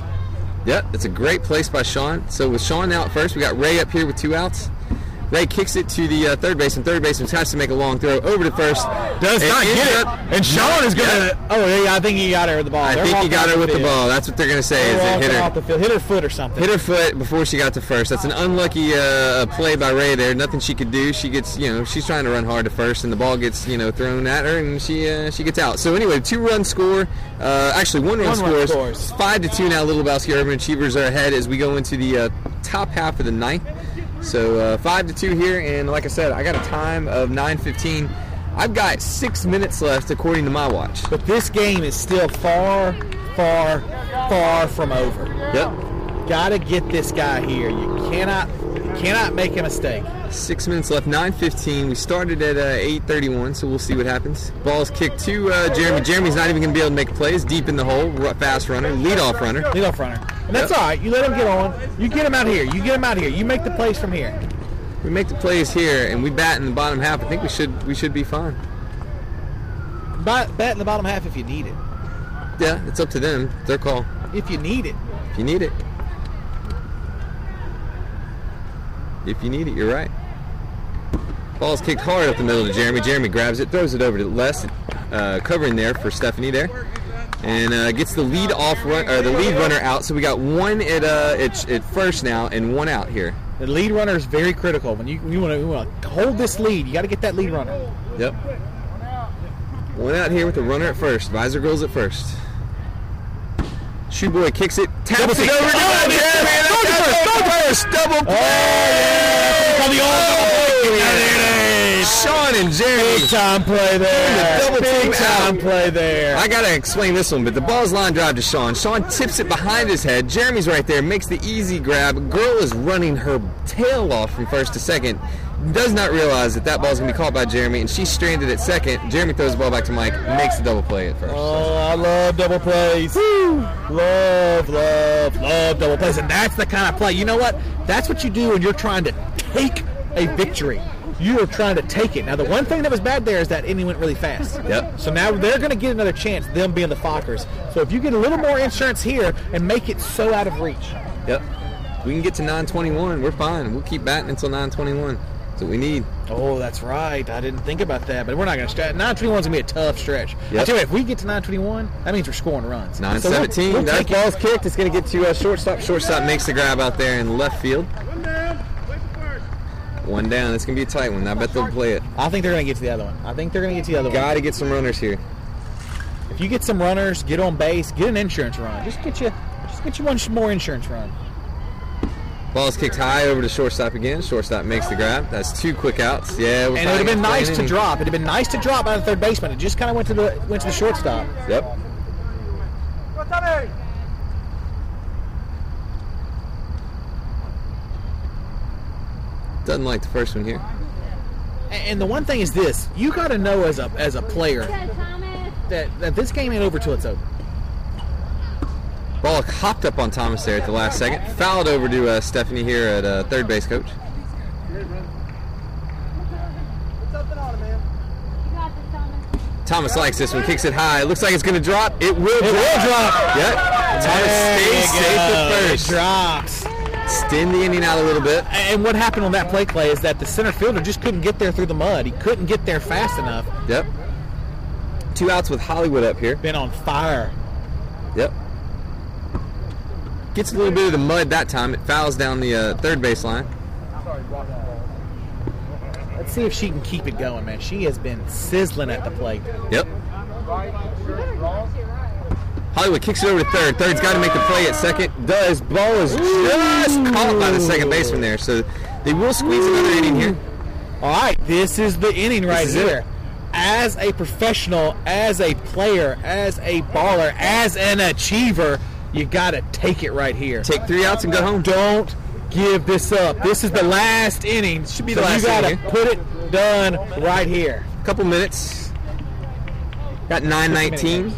Yep, it's a great place by Sean. So with Sean out first, we got Ray up here with two outs. Ray kicks it to the uh, third baseman. Third baseman has to make a long throw over to first.
Does not get
ends
it.
up-
And Sean is going
Yep.
to. Oh, yeah, I think he got her with the ball.
I
They're
think he
walking
got
off
her with the
field.
ball. That's what they're going to say
They're
is it
walking
hit her.
off the field. Hit her foot or something.
hit her foot before she got to first. That's an unlucky uh, play by Ray there. Nothing she could do. She gets, you know, she's trying to run hard to first, and the ball gets, you know, thrown at her, and she uh, she gets out. So anyway, two run score. Uh, actually, one run
One run
scores.
scores.
Five to two now. Little Lebowski Urban Achievers are ahead as we go into the uh, top half of the ninth. So uh, five to two here, and like I said, I got a time of 9:15. I've got six minutes left according to my watch.
But this game is still far, far, far from over.
Yep,
Gotta get this guy here. You cannot, you cannot make a mistake.
six minutes left. 9:15. We started at uh, 8:31, so we'll see what happens. Ball's kicked to uh, Jeremy. Jeremy's not even going to be able to make plays. Deep in the hole, ru- fast runner, leadoff runner.
Leadoff runner. And that's all right. You let him get on. You get him out here. You get him out here. You make the plays from here.
We make the plays here, and we bat in the bottom half. I think we should we should be fine.
Bat, bat in the bottom half if you need it.
Yeah, it's up to them. It's their call.
If you need it.
If you need it. If you need it, you're right. Ball's kicked hard up the middle to Jeremy. Jeremy grabs it, throws it over to Les, uh, covering there for Stephanie there, and uh, gets the lead off run, or the lead runner out. So we got one at uh, at, at first now, and one out here.
The lead runner is very critical. When you you want to hold this lead, you got to get that lead runner.
Yep. One out here with the runner at first. Visor girls at first. Shoe boy kicks it, taps it
kick.
over. to
Oh,
Jeremy.
yeah.
That's
Go to
the first, Oh, double play. Sean and Jeremy.
Big time play there.
Double team
Big time
out.
play there.
I gotta explain this one, but the ball's line drive to Sean. Sean tips it behind his head. Jeremy's right there, makes the easy grab. Girl is running her tail off from first to second. Does not realize that that ball's gonna be caught by Jeremy, and she's stranded at second. Jeremy throws the ball back to Mike, makes the double play at first.
Oh, I love double plays. Love, love, love double plays. And that's the kind of play. You know what? That's what you do when you're trying to take a victory. You are trying to take it. Now, the one thing that was bad there is that inning went really fast.
Yep.
So now they're going to get another chance, them being the Fockers. So if you get a little more insurance here and make it so out of reach.
Yep. We can get to 921. We're fine. We'll keep batting until 921. That's what we need.
Oh, that's right. I didn't think about that, but we're not going to stretch. 921 is going to be a tough stretch. I
Yep.
tell you, what, if we get to 921, that means we're scoring runs. So we'll-
917.
we'll
that
take it.
ball's kicked. It's gonna get to uh, shortstop. Shortstop makes the grab out there in left field.
One down. Play for first.
One down. It's gonna be a tight one. I bet they'll play it.
I think they're going to get to the other one. I think they're going to get to the other one.
Gotta get some runners here.
If you get some runners, get on base, get an insurance run. Just get you, just get you one sh- more insurance run.
Ball's kicked high over to shortstop again. Shortstop makes the grab. That's two quick outs. Yeah, we're
And it would have been
probably
nice to
gonna
drop. It'd have been nice to drop out of third baseman. It just kind of went to the went to the shortstop.
play an inning. Yep. Doesn't like the first one here.
A- And the one thing is this: you got to know as a as a player
Thomas.
that, that this game ain't over till it's over.
Ball hopped up on Thomas there at the last second. Fouled over to uh, Stephanie here at uh, third base coach.
You got this, Thomas.
Thomas likes this one. Kicks it high. Looks like it's going to drop. It will drop. Yep. Thomas stays safe at first.
Drops.
Extend the inning out a little bit.
And what happened on that play play is that the center fielder just couldn't get there through the mud. He couldn't get there fast enough.
Yep. Two outs with Hollywood up here.
Been on fire.
Yep. Gets a little bit of the mud that time. It fouls down the uh, third baseline.
Let's see if she can keep it going, man. She has been sizzling at the plate.
Yep. Hollywood kicks it over to third. Third's got to make the play at second. Does. Ball is just caught by the second baseman there. So they will squeeze another inning here.
All right, this is the inning right
is
here.
it.
As a professional, as a player, as a baller, as an achiever, you got to take it right here.
Take three outs and go home.
Don't give this up. This is the last inning. Should be
the last
You got to
inning.
put it done right here.
Couple minutes. Got 9:19.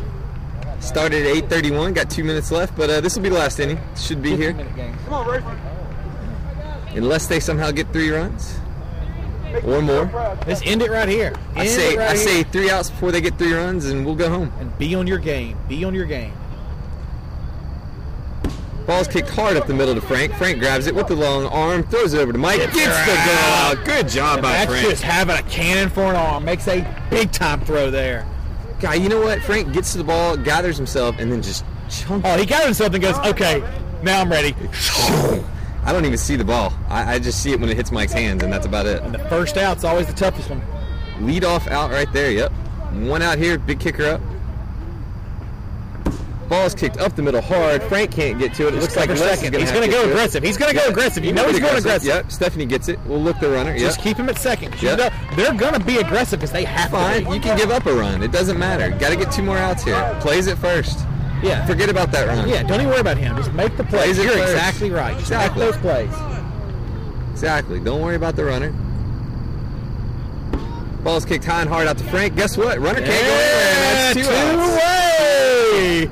Started at 8:31. Got two minutes left, but uh, this will be the last inning. Should be here
Come on, Rafe.
unless they somehow get three runs or more.
Let's end it right here. End
I say
it right
I
here.
say three outs before they get three runs, and we'll go home.
And be on your game. Be on your game.
Ball's kicked hard up the middle to Frank. Frank grabs it with the long arm, throws it over to Mike. Gets the goal. Good job by
That's
Frank.
just having a cannon for an arm. Makes a big time throw there.
Guy, you know what? Frank gets to the ball, gathers himself, and then just chunks.
Oh, he got himself and goes, okay, now I'm ready.
I don't even see the ball. I, I just see it when it hits Mike's hands, and that's about it.
And the first out's always the toughest one.
Lead off out right there, yep. One out here, big kicker up. Ball's kicked up the middle hard. Frank can't get to it. It looks like
Cover
Les
second.
is
He's going to
have get
go
to it.
aggressive. He's going to go
Yeah.
aggressive. You
He
know
will
he's
be
going aggressive.
Yep. Stephanie gets it. We'll look the runner. Yep.
Just keep him at second. You
Yep.
know- They're going to be aggressive because they have
Fine.
to.
You can give up a run. It doesn't matter. Got to get two more outs here. Plays it first.
Be. Yeah.
Forget about that run.
Yeah, don't even worry about him. Just make the plays.
Plays it
You're
first.
exactly right. Just
Exactly.
make those plays.
Exactly. Don't worry about the runner. Ball's kicked high and hard out to Frank. Guess what? Runner can't go anywhere. That's two, outs.
away.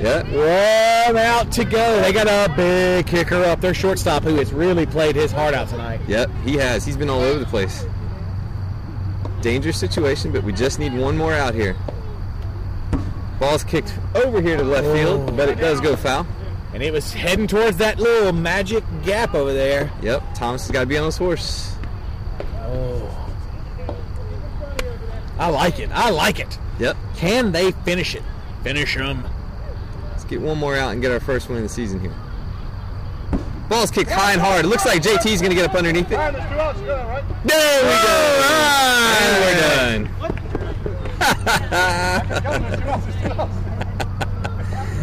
Yep.
One out to go. They got a big kicker up. Their shortstop, who has really played his heart out tonight.
Yep. He has. He's been all over the place. Dangerous situation, but we just need one more out here. Ball's kicked over here to left
Oh.
field, but it does go foul.
And it was heading towards that little magic gap over there.
Yep. Thomas has got to be on his horse.
Oh. I like it. I like it.
Yep.
Can they finish it? Finish them.
Let's get one more out and get our first win of the season here. Ball's kicked high and hard. It looks like JT's going to get up underneath it.
Alright, Mr. Welch, you're all right.
There we go. And we're done.
Come on, Mr. Welch, Mr. Welch.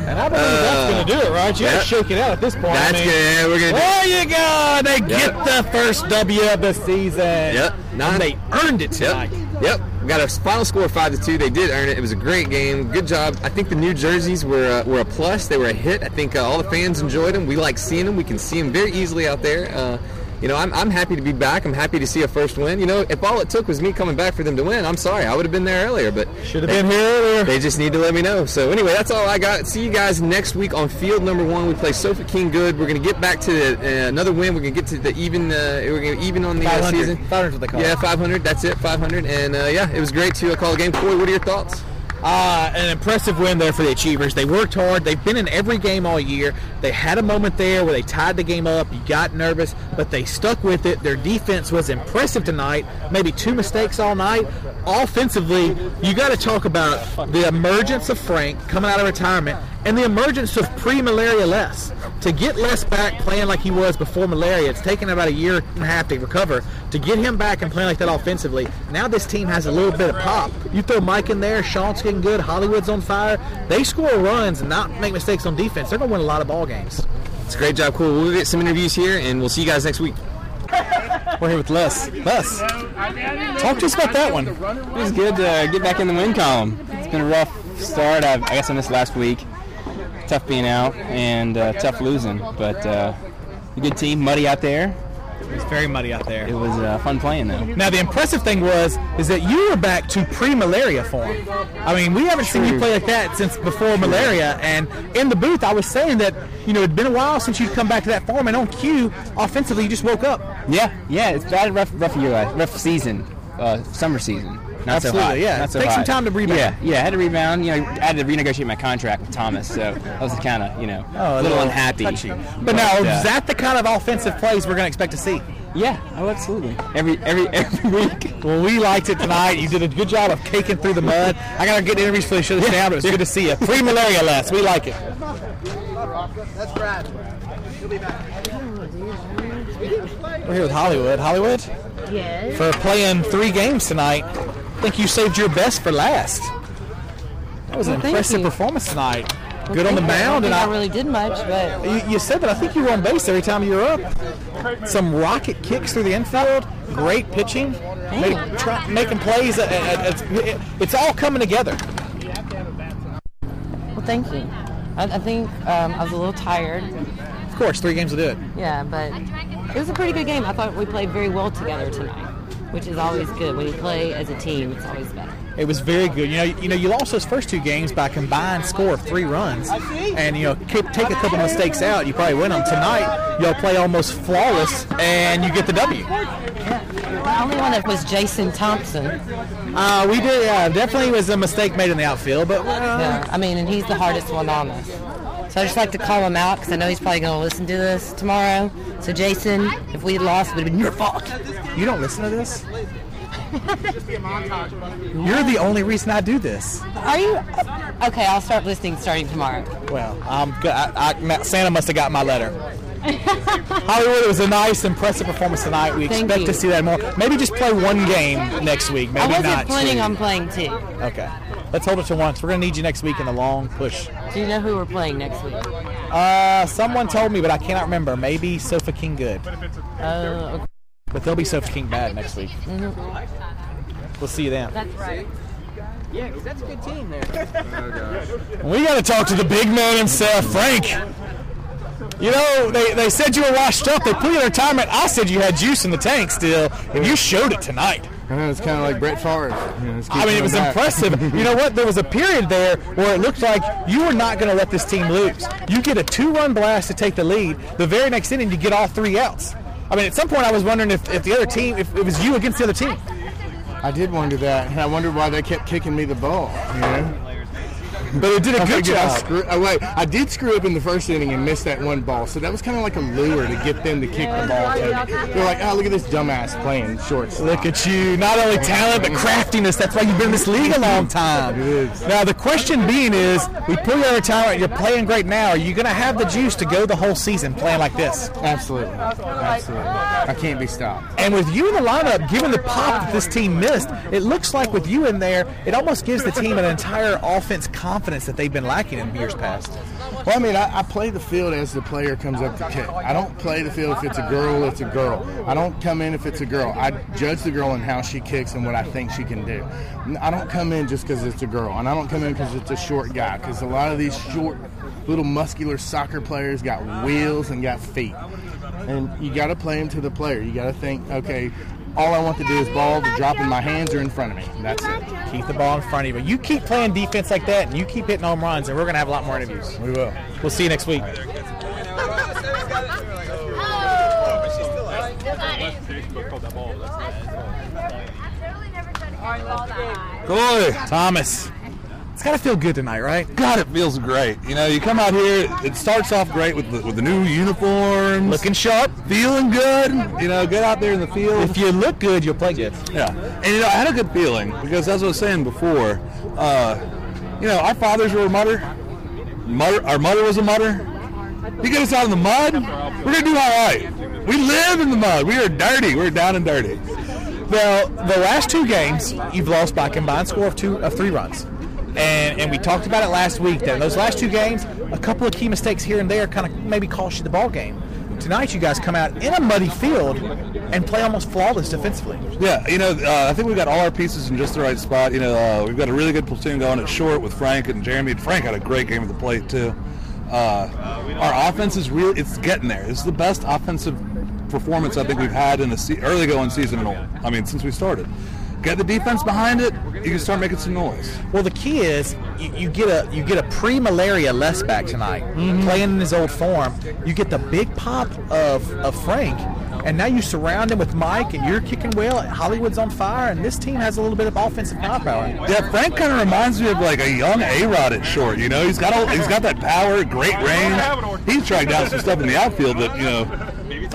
And I believe that's going to do it, right? You got
yeah.
to shake it out at this point. I
That's
mean,
good. Yeah, We're gonna. Do it.
There you go. They get the first W of the season.
Yep.
And they earned it tonight.
Yep. Yep. We got a final score of five to two. They did earn it. It was a great game. Good job. I think the new jerseys were uh, were a plus. They were a hit. I think uh, all the fans enjoyed them. We like seeing them. We can see them very easily out there. Uh, you know, I'm, I'm happy to be back. I'm happy to see a first win. You know, if all it took was me coming back for them to win, I'm sorry. I would have been there earlier, but
Should have been here earlier.
They just need to let me know. So anyway, that's all I got. See you guys next week on field number one. We play Sofa King Good. We're gonna get back to the, uh, another win. We're gonna get to the even. Uh, we're gonna even on the uh,
500.
season.
500 is what they call it.
Yeah, 500. That's it. 500. And uh, yeah, it was great to uh, call a game. Corey, what are your thoughts?
Uh, an impressive win there for the Achievers. They worked hard. They've been in every game all year. They had a moment there where they tied the game up. You got nervous, but they stuck with it. Their defense was impressive tonight. Maybe two mistakes all night. Offensively, you got to talk about the emergence of Frank coming out of retirement and the emergence of pre-malaria Les. To get Les back playing like he was before malaria, it's taken about a year and a half to recover. To get him back and playing like that offensively, now this team has a little bit of pop. You throw Mike in there, Sean's getting good, Hollywood's on fire. They score runs and not make mistakes on defense. They're going to win a lot of ball games.
It's a great job, Corey. We'll get some interviews here, and we'll see you guys next week.
We're here with Les. Les, talk to us about that one.
It was good
uh,
to get back in the win column. It's been a rough start. I, I guess I missed last week. Tough being out and uh, tough losing, but uh, a good team, muddy out there.
It's very muddy out
It
there.
was uh, fun playing though.
Now the impressive thing was is that you were back to pre-malaria form. I mean, we haven't seen you play like that since before malaria. And in the booth, I was saying that you know it'd been a while since you'd come back to that form, and on cue, offensively, you just woke up.
Yeah, yeah. It's bad, rough, rough year, uh, rough season, uh, summer season. Not
Absolutely,
so hot.
yeah.
Not so
Take some
hot.
time to rebound.
Yeah, yeah. I had to rebound. You know, I had to renegotiate my contract with Thomas, so I was kind of, you know, a little unhappy.
Oh, But, now,
uh,
is that the kind of offensive plays we're going to expect to see?
Yeah. Oh, absolutely. Every every every week.
Well, we liked it tonight. You did a good job of caking through the mud. I got to get interviews for the show this down, but it was good to see you. Pre-malaria last. We like it.
That's Brad. He'll be back.
We're here with Hollywood. Hollywood,
Yes.
for playing three games tonight. I think you saved your best for last. That was an
Well, thank
impressive
you.
performance tonight.
Well,
Good on the
thank you. I don't
mound, and
think
I,
I really did much, but
you, you said that I think you were on base every time you were up. Some rocket kicks through the infield, great pitching, make,
you.
try, making plays. uh, uh, uh, it's- it's all coming together.
well, thank you. I, I think um, I was a little tired,
Of course, three games will do it.
yeah, but it was a pretty good game. I thought we played very well together tonight, which is always good when you play as a team. It's always better.
It was very good. You know, you know, you lost those first two games by a combined score of three runs, and you know, keep, take a couple mistakes out, you probably win them tonight. Y'all play almost flawless, and you get the W.
The only one that was Jason Thompson.
Uh, we did uh, definitely was a mistake made in the outfield, but uh,
Yeah, I mean, and he's the hardest one on us. So I just like to call him out because I know he's probably going to listen to this tomorrow. So Jason, if we lost, it would have been your fault.
you don't listen to this. You're the only reason I do this.
Are you okay? I'll start listening starting tomorrow.
Well, I'm good. I, I, Ma- Santa must have got my letter. Hollywood, it was a nice, impressive performance tonight. We
Thank
expect
you.
to see that more. Maybe just play one game next week. Maybe
I wasn't
not.
planning
two.
on playing two.
Okay. Let's hold it to one 'cause we're going to need you next week in the long push.
Do you know who we're playing next week?
Uh, someone told me, but I cannot remember. Maybe Sofa King good,
Uh, okay.
but they'll be Sofa King bad next week. We'll see you then.
Mm-hmm. That's right.
We got to talk to the big man himself, Frank. You know, they, they said you were washed up. They put you in retirement. I said you had juice in the tank still, and you showed it tonight.
it's kind of like Brett Favre. You know, just keep
I mean, it
coming
was
back.
impressive. You know what? There was a period there where it looked like you were not going to let this team lose. You get a two-run blast to take the lead. The very next inning, you get all three outs. I mean, at some point, I was wondering if, if the other team, if it was you against the other team.
I did wonder that, and I wondered why they kept kicking me the ball. You know?
But it did a good
Figured I,
job.
screw, oh, wait, I did screw up in the first inning and missed that one ball, so that was kind of like a lure to get them to kick the ball. To me. They're like, oh, look at this dumbass playing shorts.
Look at you. Not only talent, but craftiness. That's why you've been in this league a long time.
It is.
Now, the question being is, we put you in retirement. You're playing great now. Are you going to have the juice to go the whole season playing like this?
Absolutely. Absolutely. I can't be stopped.
And with you in the lineup, given the pop that this team missed, it looks like with you in there, it almost gives the team an entire offense confidence that they've been lacking in years past.
Well, I mean, I, I play the field as the player comes up to kick. I don't play the field if it's a girl, it's a girl. I don't come in if it's a girl. I judge the girl on how she kicks and what I think she can do. N- I don't come in just because it's a girl, and I don't come in because it's a short guy, because a lot of these short, little muscular soccer players got wheels and got feet. And you got to play them to the player. You got to think, okay, all I want to do is ball to drop in my hands or in front of me. That's it.
Keep the ball in front of you. But you keep playing defense like that, and you keep hitting home runs, and we're going to have a lot more interviews.
We will.
We'll see you next week.
Oh.
Boy,
Thomas, it's got to feel good tonight, right?
God, it feels great. You know, you come out here. It starts off great with the, with the new uniforms,
Looking sharp.
feeling good. You know, good out there in the field.
If you look good, you'll play good.
Yeah, and you know, I had a good feeling because as I was saying before, uh, you know, our fathers were a mutter. mutter. Our mother was a mutter. You get us out in the mud, we're gonna do all right. We live in the mud. We are dirty. We're down and dirty.
Well, the last two games you've lost by a combined score of two of three runs. And, and we talked about it last week that in those last two games, a couple of key mistakes here and there kind of maybe cost you the ball game. Tonight, you guys come out in a muddy field and play almost flawless defensively.
Yeah, you know, uh, I think we've got all our pieces in just the right spot. You know, uh, we've got a really good platoon going at short with Frank and Jeremy. And Frank had a great game at the plate too. Uh, our offense is real—it's getting there. It's the best offensive performance I think we've had in the se- early going season. In a, I mean, since we started, get the defense behind it, you can start making some noise.
Well, the key is you, you get a you get a pre-malaria less back tonight, playing in his old form. You get the big pop of, of Frank, and now you surround him with Mike, and you're kicking well. Hollywood's on fire, and this team has a little bit of offensive firepower.
Yeah, Frank kind of reminds me of like a young A Rod at short. You know, he's got all, he's got that power, great range. He's tracked down some stuff in the outfield that you know,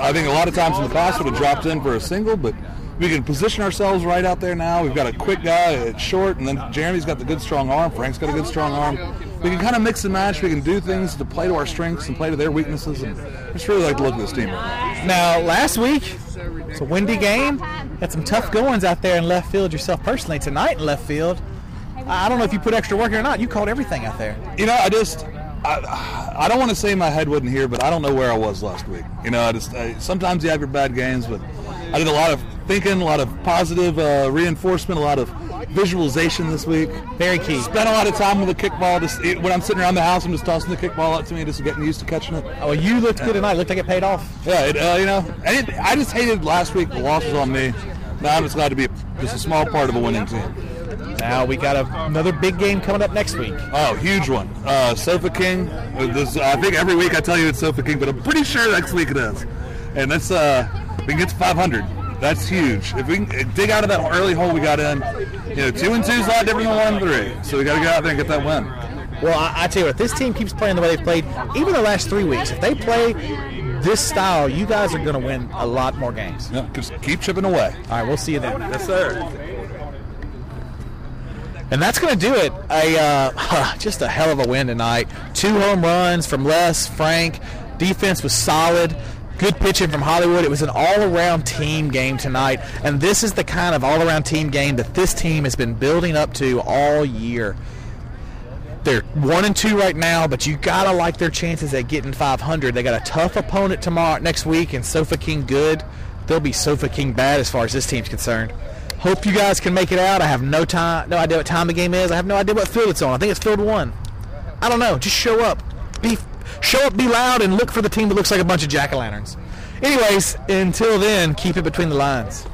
I think a lot of times in the past would have dropped in for a single, but we can position ourselves right out there now. We've got a quick guy at short, and then Jeremy's got the good strong arm. Frank's got a good strong arm. We can kind of mix and match. We can do things to play to our strengths and play to their weaknesses. And I just really like to look at this team. right
Now, last week, it's a windy game. Had some tough goings out there in left field yourself personally. Tonight in left field, I I don't know if you put extra work in or not. You called everything out there.
now. You know, I just. I, I don't want to say my head wasn't here, but I don't know where I was last week. You know, I just I, sometimes you have your bad games, but I did a lot of thinking, a lot of positive uh, reinforcement, a lot of visualization this week.
Very key.
Spent a lot of time with the kickball. Just it, when I'm sitting around the house, I'm just tossing the kickball out to me, just getting used to catching it.
Oh, well, you looked good tonight. Looked like it paid off.
Yeah, it, uh, you know, I, didn't, I just hated last week. The loss was on me. Now I'm just glad to be just a small part of a winning team.
Now we got a, another big game coming up next week.
Oh, huge one. Uh, Sofa King. Uh, This, I think every week I tell you it's Sofa King, but I'm pretty sure next week it is. And that's, uh, we can get to 500. That's huge. If we can uh, dig out of that early hole we got in, you know, two and two is a lot different than one and three. So we got to get out there and get that win.
Well, I, I tell you what, if this team keeps playing the way they've played, even the last three weeks, if they play this style, you guys are going to win a lot more games.
Yeah, just keep chipping away.
All right, we'll see you then.
Yes, sir.
And that's going to do it. A uh, just a hell of a win tonight. Two home runs from Les Frank. Defense was solid. Good pitching from Hollywood. It was an all-around team game tonight, and this is the kind of all-around team game that this team has been building up to all year. They're one and two right now, but you gotta like their chances at getting 500. They got a tough opponent tomorrow next week, and Sofa King good. They'll be Sofa King bad as far as this team's concerned. Hope you guys can make it out. I have no time, no idea what time the game is. I have no idea what field it's on. I think it's field one. I don't know. Just show up, be show up, be loud, and look for the team that looks like a bunch of jack o' lanterns. Anyways, until then, keep it between the lines.